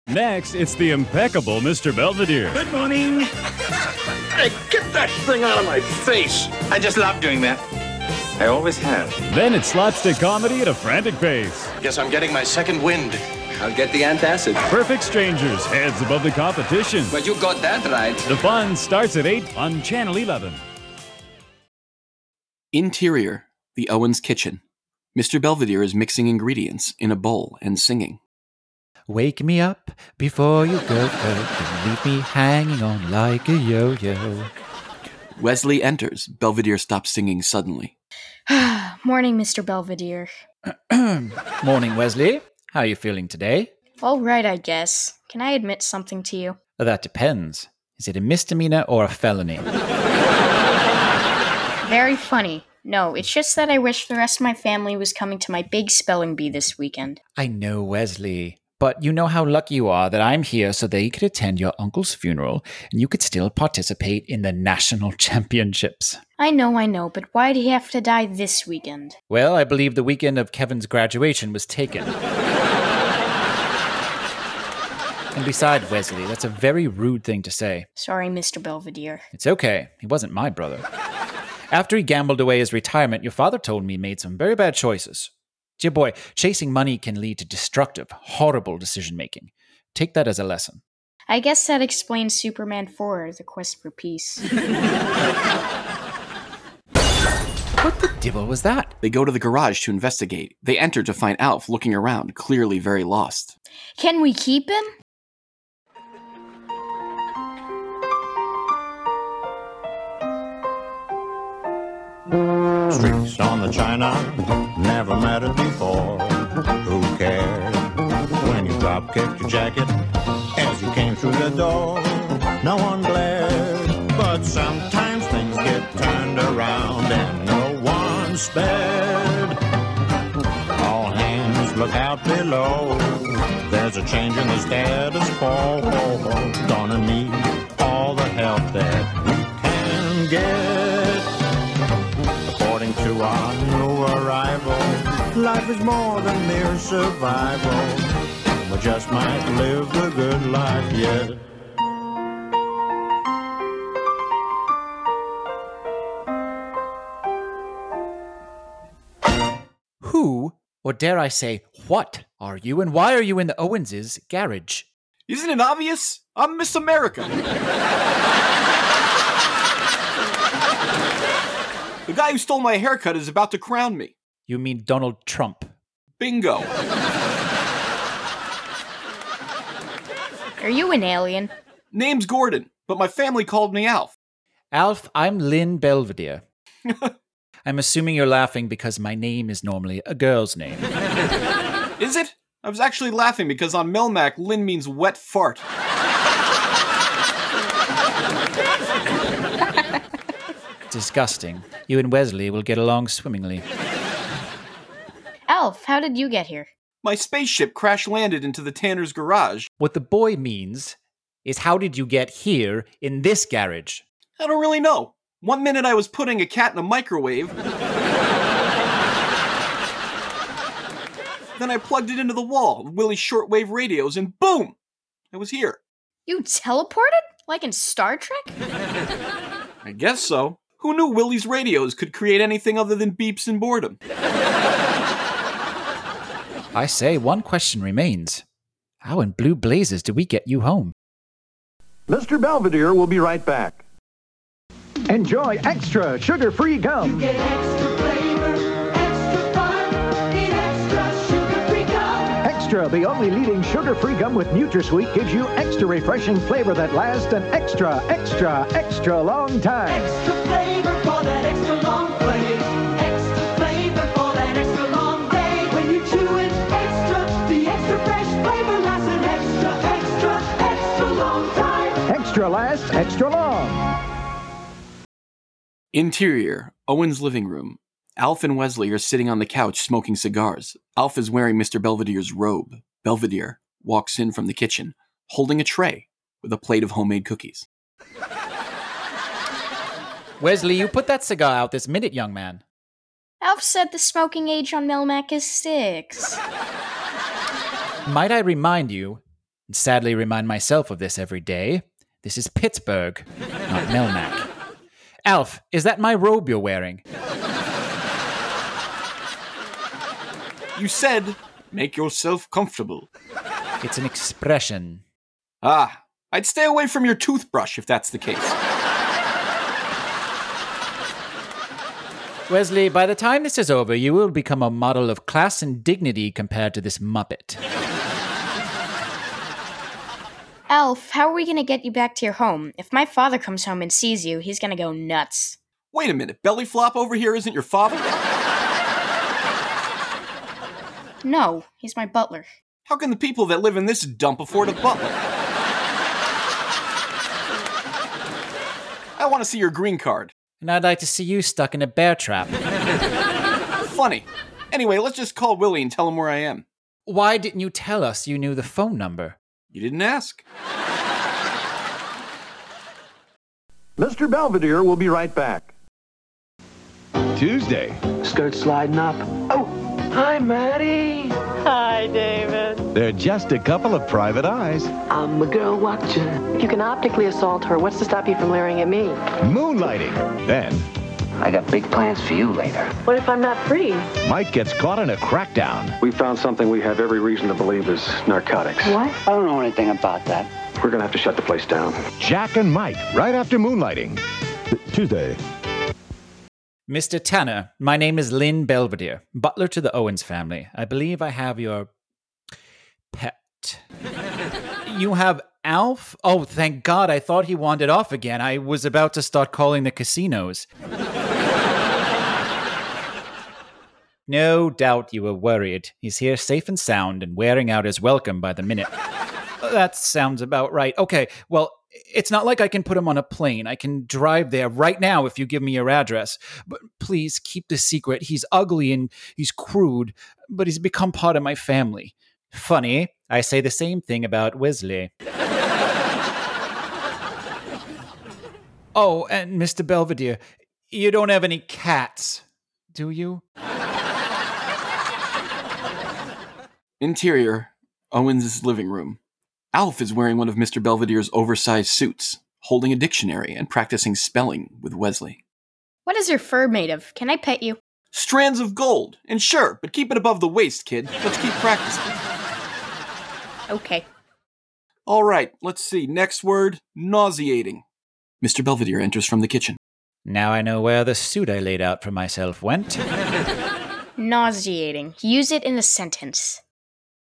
Speaker 8: Next, it's the impeccable Mr. Belvedere. Good morning. Hey, get that thing out of my face. I just love doing that. I always have. Then it's slapstick comedy at a frantic pace.
Speaker 9: Guess I'm getting my second wind. I'll get the antacid.
Speaker 8: Perfect strangers, heads above the competition.
Speaker 9: But you got that right.
Speaker 8: The fun starts at 8 on Channel 11.
Speaker 3: Interior, the Owens kitchen. Mr. Belvedere is mixing ingredients in a bowl and singing.
Speaker 1: Wake me up before you go, go and leave me hanging on like a yo-yo.
Speaker 3: Wesley enters. Belvedere stops singing suddenly.
Speaker 4: Morning, Mr. Belvedere.
Speaker 1: Morning, Wesley. How are you feeling today?
Speaker 4: All right, I guess. Can I admit something to you?
Speaker 1: Oh, That depends. Is it a misdemeanor or a felony?
Speaker 4: Very funny. No, it's just that I wish the rest of my family was coming to my big spelling bee this weekend.
Speaker 1: I know, Wesley. But you know how lucky you are that I'm here so that you could attend your uncle's funeral and you could still participate in the national championships.
Speaker 4: I know, I know, but why'd he have to die this weekend?
Speaker 1: Well, I believe the weekend of Kevin's graduation was taken. and beside Wesley, that's a very rude thing to say.
Speaker 4: Sorry, Mr. Belvedere.
Speaker 1: It's okay. He wasn't my brother. After he gambled away his retirement, your father told me he made some very bad choices. Dear boy, chasing money can lead to destructive, horrible decision making. Take that as a lesson.
Speaker 4: I guess that explains Superman 4, The Quest for Peace.
Speaker 1: What the devil was that?
Speaker 3: They go to the garage to investigate. They enter to find Alf looking around, clearly very lost.
Speaker 4: Can we keep him?
Speaker 10: Streaks on the china, never mattered before. Who cared? When you drop kicked your jacket as you came through the door, no one glared. But sometimes things get turned around and no one's spared. All hands look out below. There's a change in the status quo. Gonna need all the help that we can get. According to our new arrival, life is more than mere survival. We just might live the good life yet.
Speaker 1: Who, or dare I say, what are you and why are you in the Owens' garage?
Speaker 3: Isn't it obvious? I'm Miss America. the guy who stole my haircut is about to crown me.
Speaker 1: You mean Donald Trump.
Speaker 3: Bingo.
Speaker 4: Are you an alien?
Speaker 3: Name's Gordon, but my family called me Alf.
Speaker 1: Alf, I'm Lynn Belvedere. I'm assuming you're laughing because my name is normally a girl's name.
Speaker 3: Is it? I was actually laughing because on Melmac, Lynn means wet fart.
Speaker 1: Disgusting. You and Wesley will get along swimmingly.
Speaker 4: Alf, how did you get here?
Speaker 3: My spaceship crash landed into the Tanner's garage.
Speaker 1: What the boy means is how did you get here in this garage?
Speaker 3: I don't really know. One minute I was putting a cat in a microwave, Then I plugged it into the wall of Willie's shortwave radios, and boom! I was here.
Speaker 4: You teleported? Like in Star Trek?
Speaker 3: I guess so. Who knew Willie's radios could create anything other than beeps and boredom?
Speaker 1: I say, one question remains. How in blue blazes do we get you home?
Speaker 10: Mr. Belvedere will be right back.
Speaker 11: Enjoy extra sugar-free gum. Extra, the only leading sugar-free gum with NutraSweet, gives you extra refreshing flavor that lasts an extra, extra, extra long time. Extra lasts extra long.
Speaker 3: Interior Owen's living room. Alf and Wesley are sitting on the couch smoking cigars. Alf is wearing Mr. Belvedere's robe. Belvedere walks in from the kitchen, holding a tray with a plate of homemade cookies.
Speaker 1: Wesley, you put that cigar out this minute, young man.
Speaker 4: Alf said the smoking age on Melmac is six.
Speaker 1: Might I remind you, and sadly remind myself of this every day, this is Pittsburgh, not Melmac. Alf, is that my robe you're wearing?
Speaker 3: You said, make yourself comfortable.
Speaker 1: It's an expression.
Speaker 3: Ah, I'd stay away from your toothbrush if that's the case.
Speaker 1: Wesley, by the time this is over, you will become a model of class and dignity compared to this Muppet.
Speaker 4: Alf, how are we gonna get you back to your home? If my father comes home and sees you, he's gonna go nuts.
Speaker 3: Wait a minute, belly flop over here isn't your father?
Speaker 4: No, he's my butler.
Speaker 3: How can the people that live in this dump afford a butler? I want to see your green card.
Speaker 1: And I'd like to see you stuck in a bear trap.
Speaker 3: Funny. Anyway, let's just call Willie and tell him where I am.
Speaker 1: Why didn't you tell us you knew the phone number?
Speaker 3: You didn't ask.
Speaker 10: Mr. Belvedere will be right back.
Speaker 11: Tuesday.
Speaker 12: Skirt sliding up. Oh, hi, Maddie. Hi, David.
Speaker 11: They're just a couple of private eyes.
Speaker 12: I'm a girl watcher. If you can optically assault her, what's to stop you from leering at me?
Speaker 11: Moonlighting. Then. I got big plans for you later.
Speaker 12: What if I'm not free?
Speaker 11: Mike gets caught in a crackdown.
Speaker 9: We found something we have every reason to believe is narcotics.
Speaker 12: What?
Speaker 11: I don't know anything about that.
Speaker 9: We're gonna have to shut the place down.
Speaker 11: Jack and Mike, right after moonlighting. Tuesday.
Speaker 1: Mr. Tanner, my name is Lynn Belvedere, butler to the Owens family. I believe I have your pet. you have Alf? Oh, thank God, I thought he wandered off again. I was about to start calling the casinos. no doubt you were worried. He's here safe and sound and wearing out his welcome by the minute. that sounds about right. Okay, well, it's not like I can put him on a plane. I can drive there right now if you give me your address. But please keep the secret. He's ugly and he's crude, but he's become part of my family. Funny, I say the same thing about Wesley. oh, and Mr. Belvedere, you don't have any cats, do you?
Speaker 3: Interior Owen's living room. Alf is wearing one of Mr. Belvedere's oversized suits, holding a dictionary and practicing spelling with Wesley.
Speaker 4: What is your fur made of? Can I pet you?
Speaker 3: Strands of gold, and sure, but keep it above the waist, kid. Let's keep practicing.
Speaker 4: Okay.
Speaker 3: All right, let's see. Next word nauseating. Mr. Belvedere enters from the kitchen.
Speaker 1: Now I know where the suit I laid out for myself went.
Speaker 4: Nauseating. Use it in a sentence.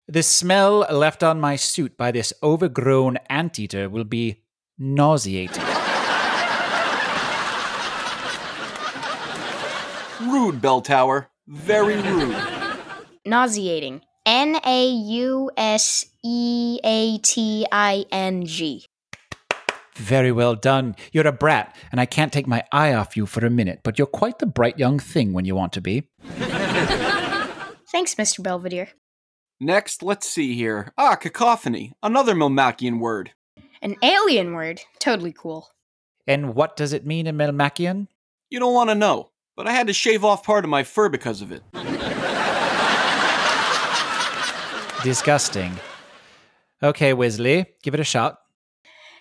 Speaker 1: the smell left on my suit by this overgrown anteater will be nauseating.
Speaker 3: Rude, Bell Tower. Very rude.
Speaker 4: Nauseating. N A U S E A T I N G.
Speaker 1: Very well done. You're a brat, and I can't take my eye off you for a minute, but you're quite the bright young thing when you want to be.
Speaker 4: Thanks, Mr. Belvedere.
Speaker 3: Next, let's see here. Ah, cacophony. Another Milmachian word.
Speaker 4: An alien word. Totally cool.
Speaker 1: And what does it mean in Melmacian?
Speaker 3: You don't want to know, but I had to shave off part of my fur because of it.
Speaker 1: disgusting. Okay, Wesley, give it a shot.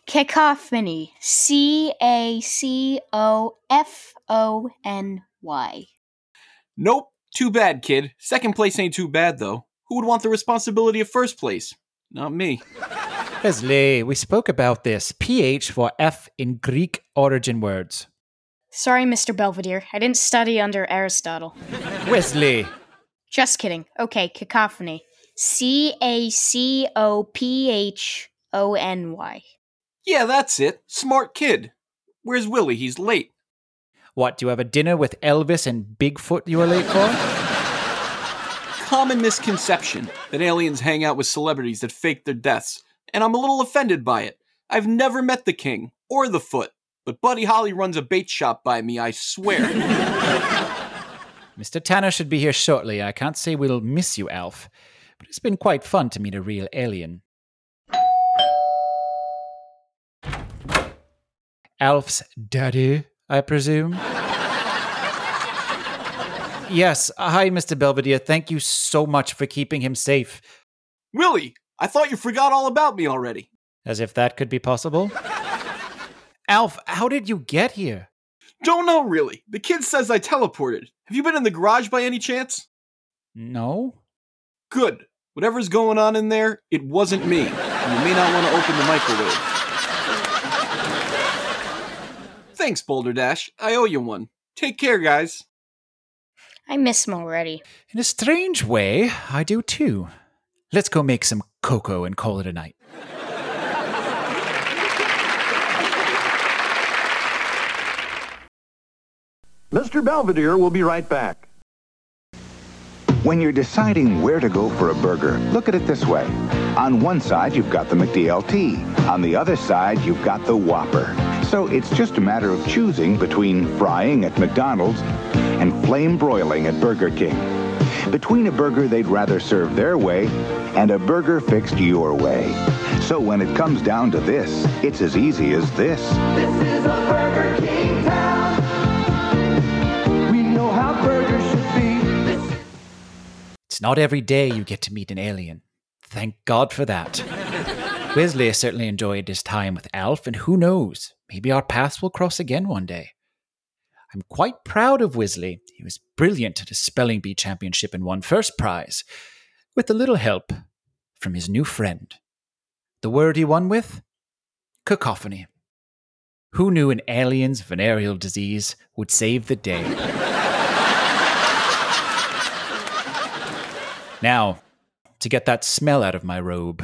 Speaker 2: Cacophony. C A C O F O N Y.
Speaker 3: Nope. Too bad, kid. Second place ain't too bad, though. Who would want the responsibility of first place? Not me.
Speaker 1: Wesley, we spoke about this. PH for F in Greek origin words.
Speaker 4: Sorry, Mr. Belvedere. I didn't study under Aristotle.
Speaker 1: Wesley.
Speaker 4: Just kidding. Okay, cacophony. C A C O P H O N Y.
Speaker 3: Yeah, that's it. Smart kid. Where's Willie? He's late.
Speaker 1: What, do you have a dinner with Elvis and Bigfoot you were late for?
Speaker 3: Common misconception that aliens hang out with celebrities that fake their deaths, and I'm a little offended by it. I've never met the king or the foot, but Buddy Holly runs a bait shop by me, I swear.
Speaker 1: Mr. Tanner should be here shortly. I can't say we'll miss you, Alf, but it's been quite fun to meet a real alien. Alf's daddy, I presume? yes. Hi, Mr. Belvedere. Thank you so much for keeping him safe.
Speaker 3: Willie, I thought you forgot all about me already.
Speaker 1: As if that could be possible. Alf, how did you get here?
Speaker 3: Don't know, really. The kid says I teleported. Have you been in the garage by any chance?
Speaker 1: No?
Speaker 3: Good. Whatever's going on in there, it wasn't me. And you may not want to open the microwave. Thanks, Boulder Dash. I owe you one. Take care, guys.
Speaker 4: I miss him already.
Speaker 1: In a strange way, I do too. Let's go make some cocoa and call it a night.
Speaker 13: Mr. Belvedere will be right back. When you're deciding where to go for a burger, look at it this way. On one side, you've got the McDLT. On the other side, you've got the Whopper. So it's just a matter of choosing between frying at McDonald's and flame broiling at Burger King. Between a burger they'd rather serve their way and a burger fixed your way. So when it comes down to this, it's as easy as this.
Speaker 5: This is a Burger King town. We know how burgers should be.
Speaker 1: It's not every day you get to meet an alien. Thank God for that. Wesley certainly enjoyed his time with Alf, and who knows, maybe our paths will cross again one day. I'm quite proud of Wesley. He was brilliant at a spelling bee championship and won first prize, with a little help from his new friend. The word he won with? Cacophony. Who knew an alien's venereal disease would save the day? Now, to get that smell out of my robe.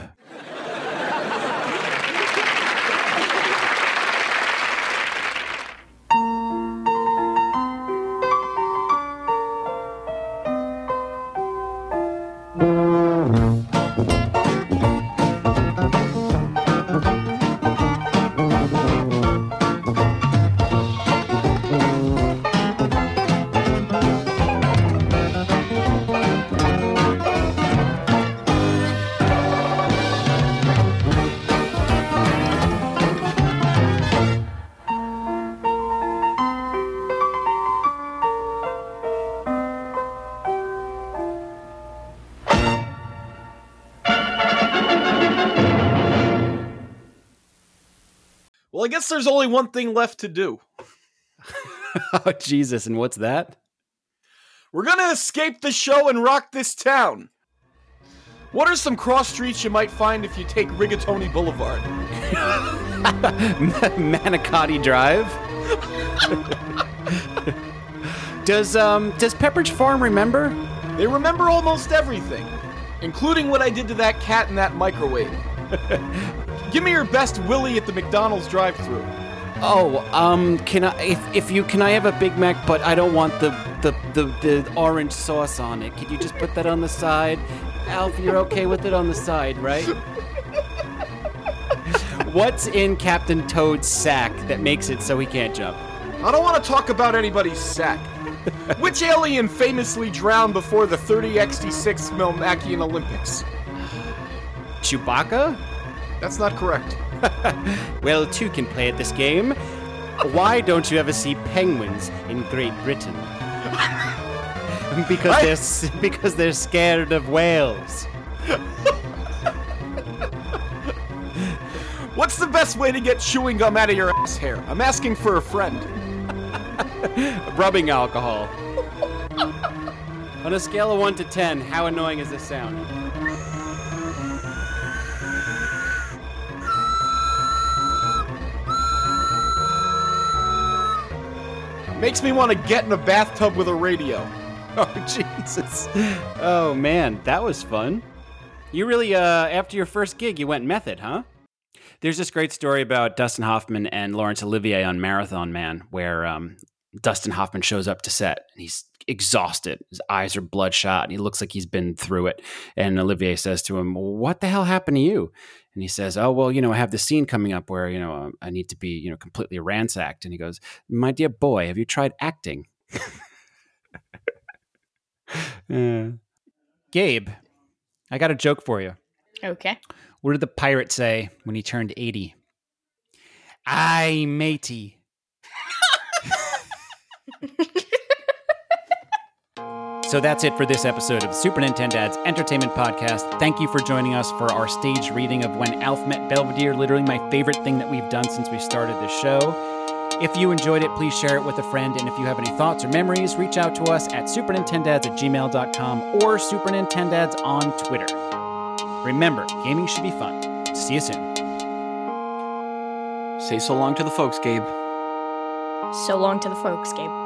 Speaker 3: Well, I guess there's only one thing left to do.
Speaker 1: oh, Jesus, and what's that?
Speaker 3: We're gonna escape the show and rock this town. What are some cross streets you might find if you take Rigatoni Boulevard?
Speaker 1: Manicotti Drive? does um does Pepperidge Farm remember?
Speaker 3: They remember almost everything, including what I did to that cat in that microwave. Give me your best Willy at the McDonald's drive-through.
Speaker 1: Oh, um, can I? If, if you can, I have a Big Mac, but I don't want the the, the the orange sauce on it. Could you just put that on the side? Alf, you're okay with it on the side, right? What's in Captain Toad's sack that makes it so he can't jump?
Speaker 3: I don't want to talk about anybody's sack. Which alien famously drowned before the 30x6 Melmacian Olympics?
Speaker 1: Chewbacca?
Speaker 3: That's not correct.
Speaker 14: Well, two can play at this game. Why don't you ever see penguins in Great Britain? because they're s- because they're scared of whales.
Speaker 3: What's the best way to get chewing gum out of your ass hair? I'm asking for a friend.
Speaker 14: Rubbing alcohol. On a scale of 1 to 10, how annoying is this sound?
Speaker 3: Makes me want to get in a bathtub with a radio. Oh, Jesus.
Speaker 14: Oh man, that was fun. You really, uh, after your first gig, you went method, huh? There's this great story about Dustin Hoffman and Laurence Olivier on Marathon Man, where um, Dustin Hoffman shows up to set and he's exhausted. His eyes are bloodshot and he looks like he's been through it. And Olivier says to him, What the hell happened to you? And he says, Oh, well, you know, I have this scene coming up where, you know, I need to be, you know, completely ransacked. And he goes, My dear boy, have you tried acting?
Speaker 1: Uh, Gabe, I got a joke for you.
Speaker 4: Okay.
Speaker 1: What did the pirate say when he turned 80? Aye, matey. so that's it for this episode of Super Nintendo Dad's Entertainment Podcast. Thank you for joining us for our stage reading of When Alf Met Belvedere, literally my favorite thing that we've done since we started this show. If you enjoyed it, please share it with a friend. And if you have any thoughts or memories, reach out to us at supernintendads at gmail.com or supernintendads on Twitter. Remember, gaming should be fun. See you soon.
Speaker 3: Say so long to the folks, Gabe.
Speaker 4: So long to the folks, Gabe.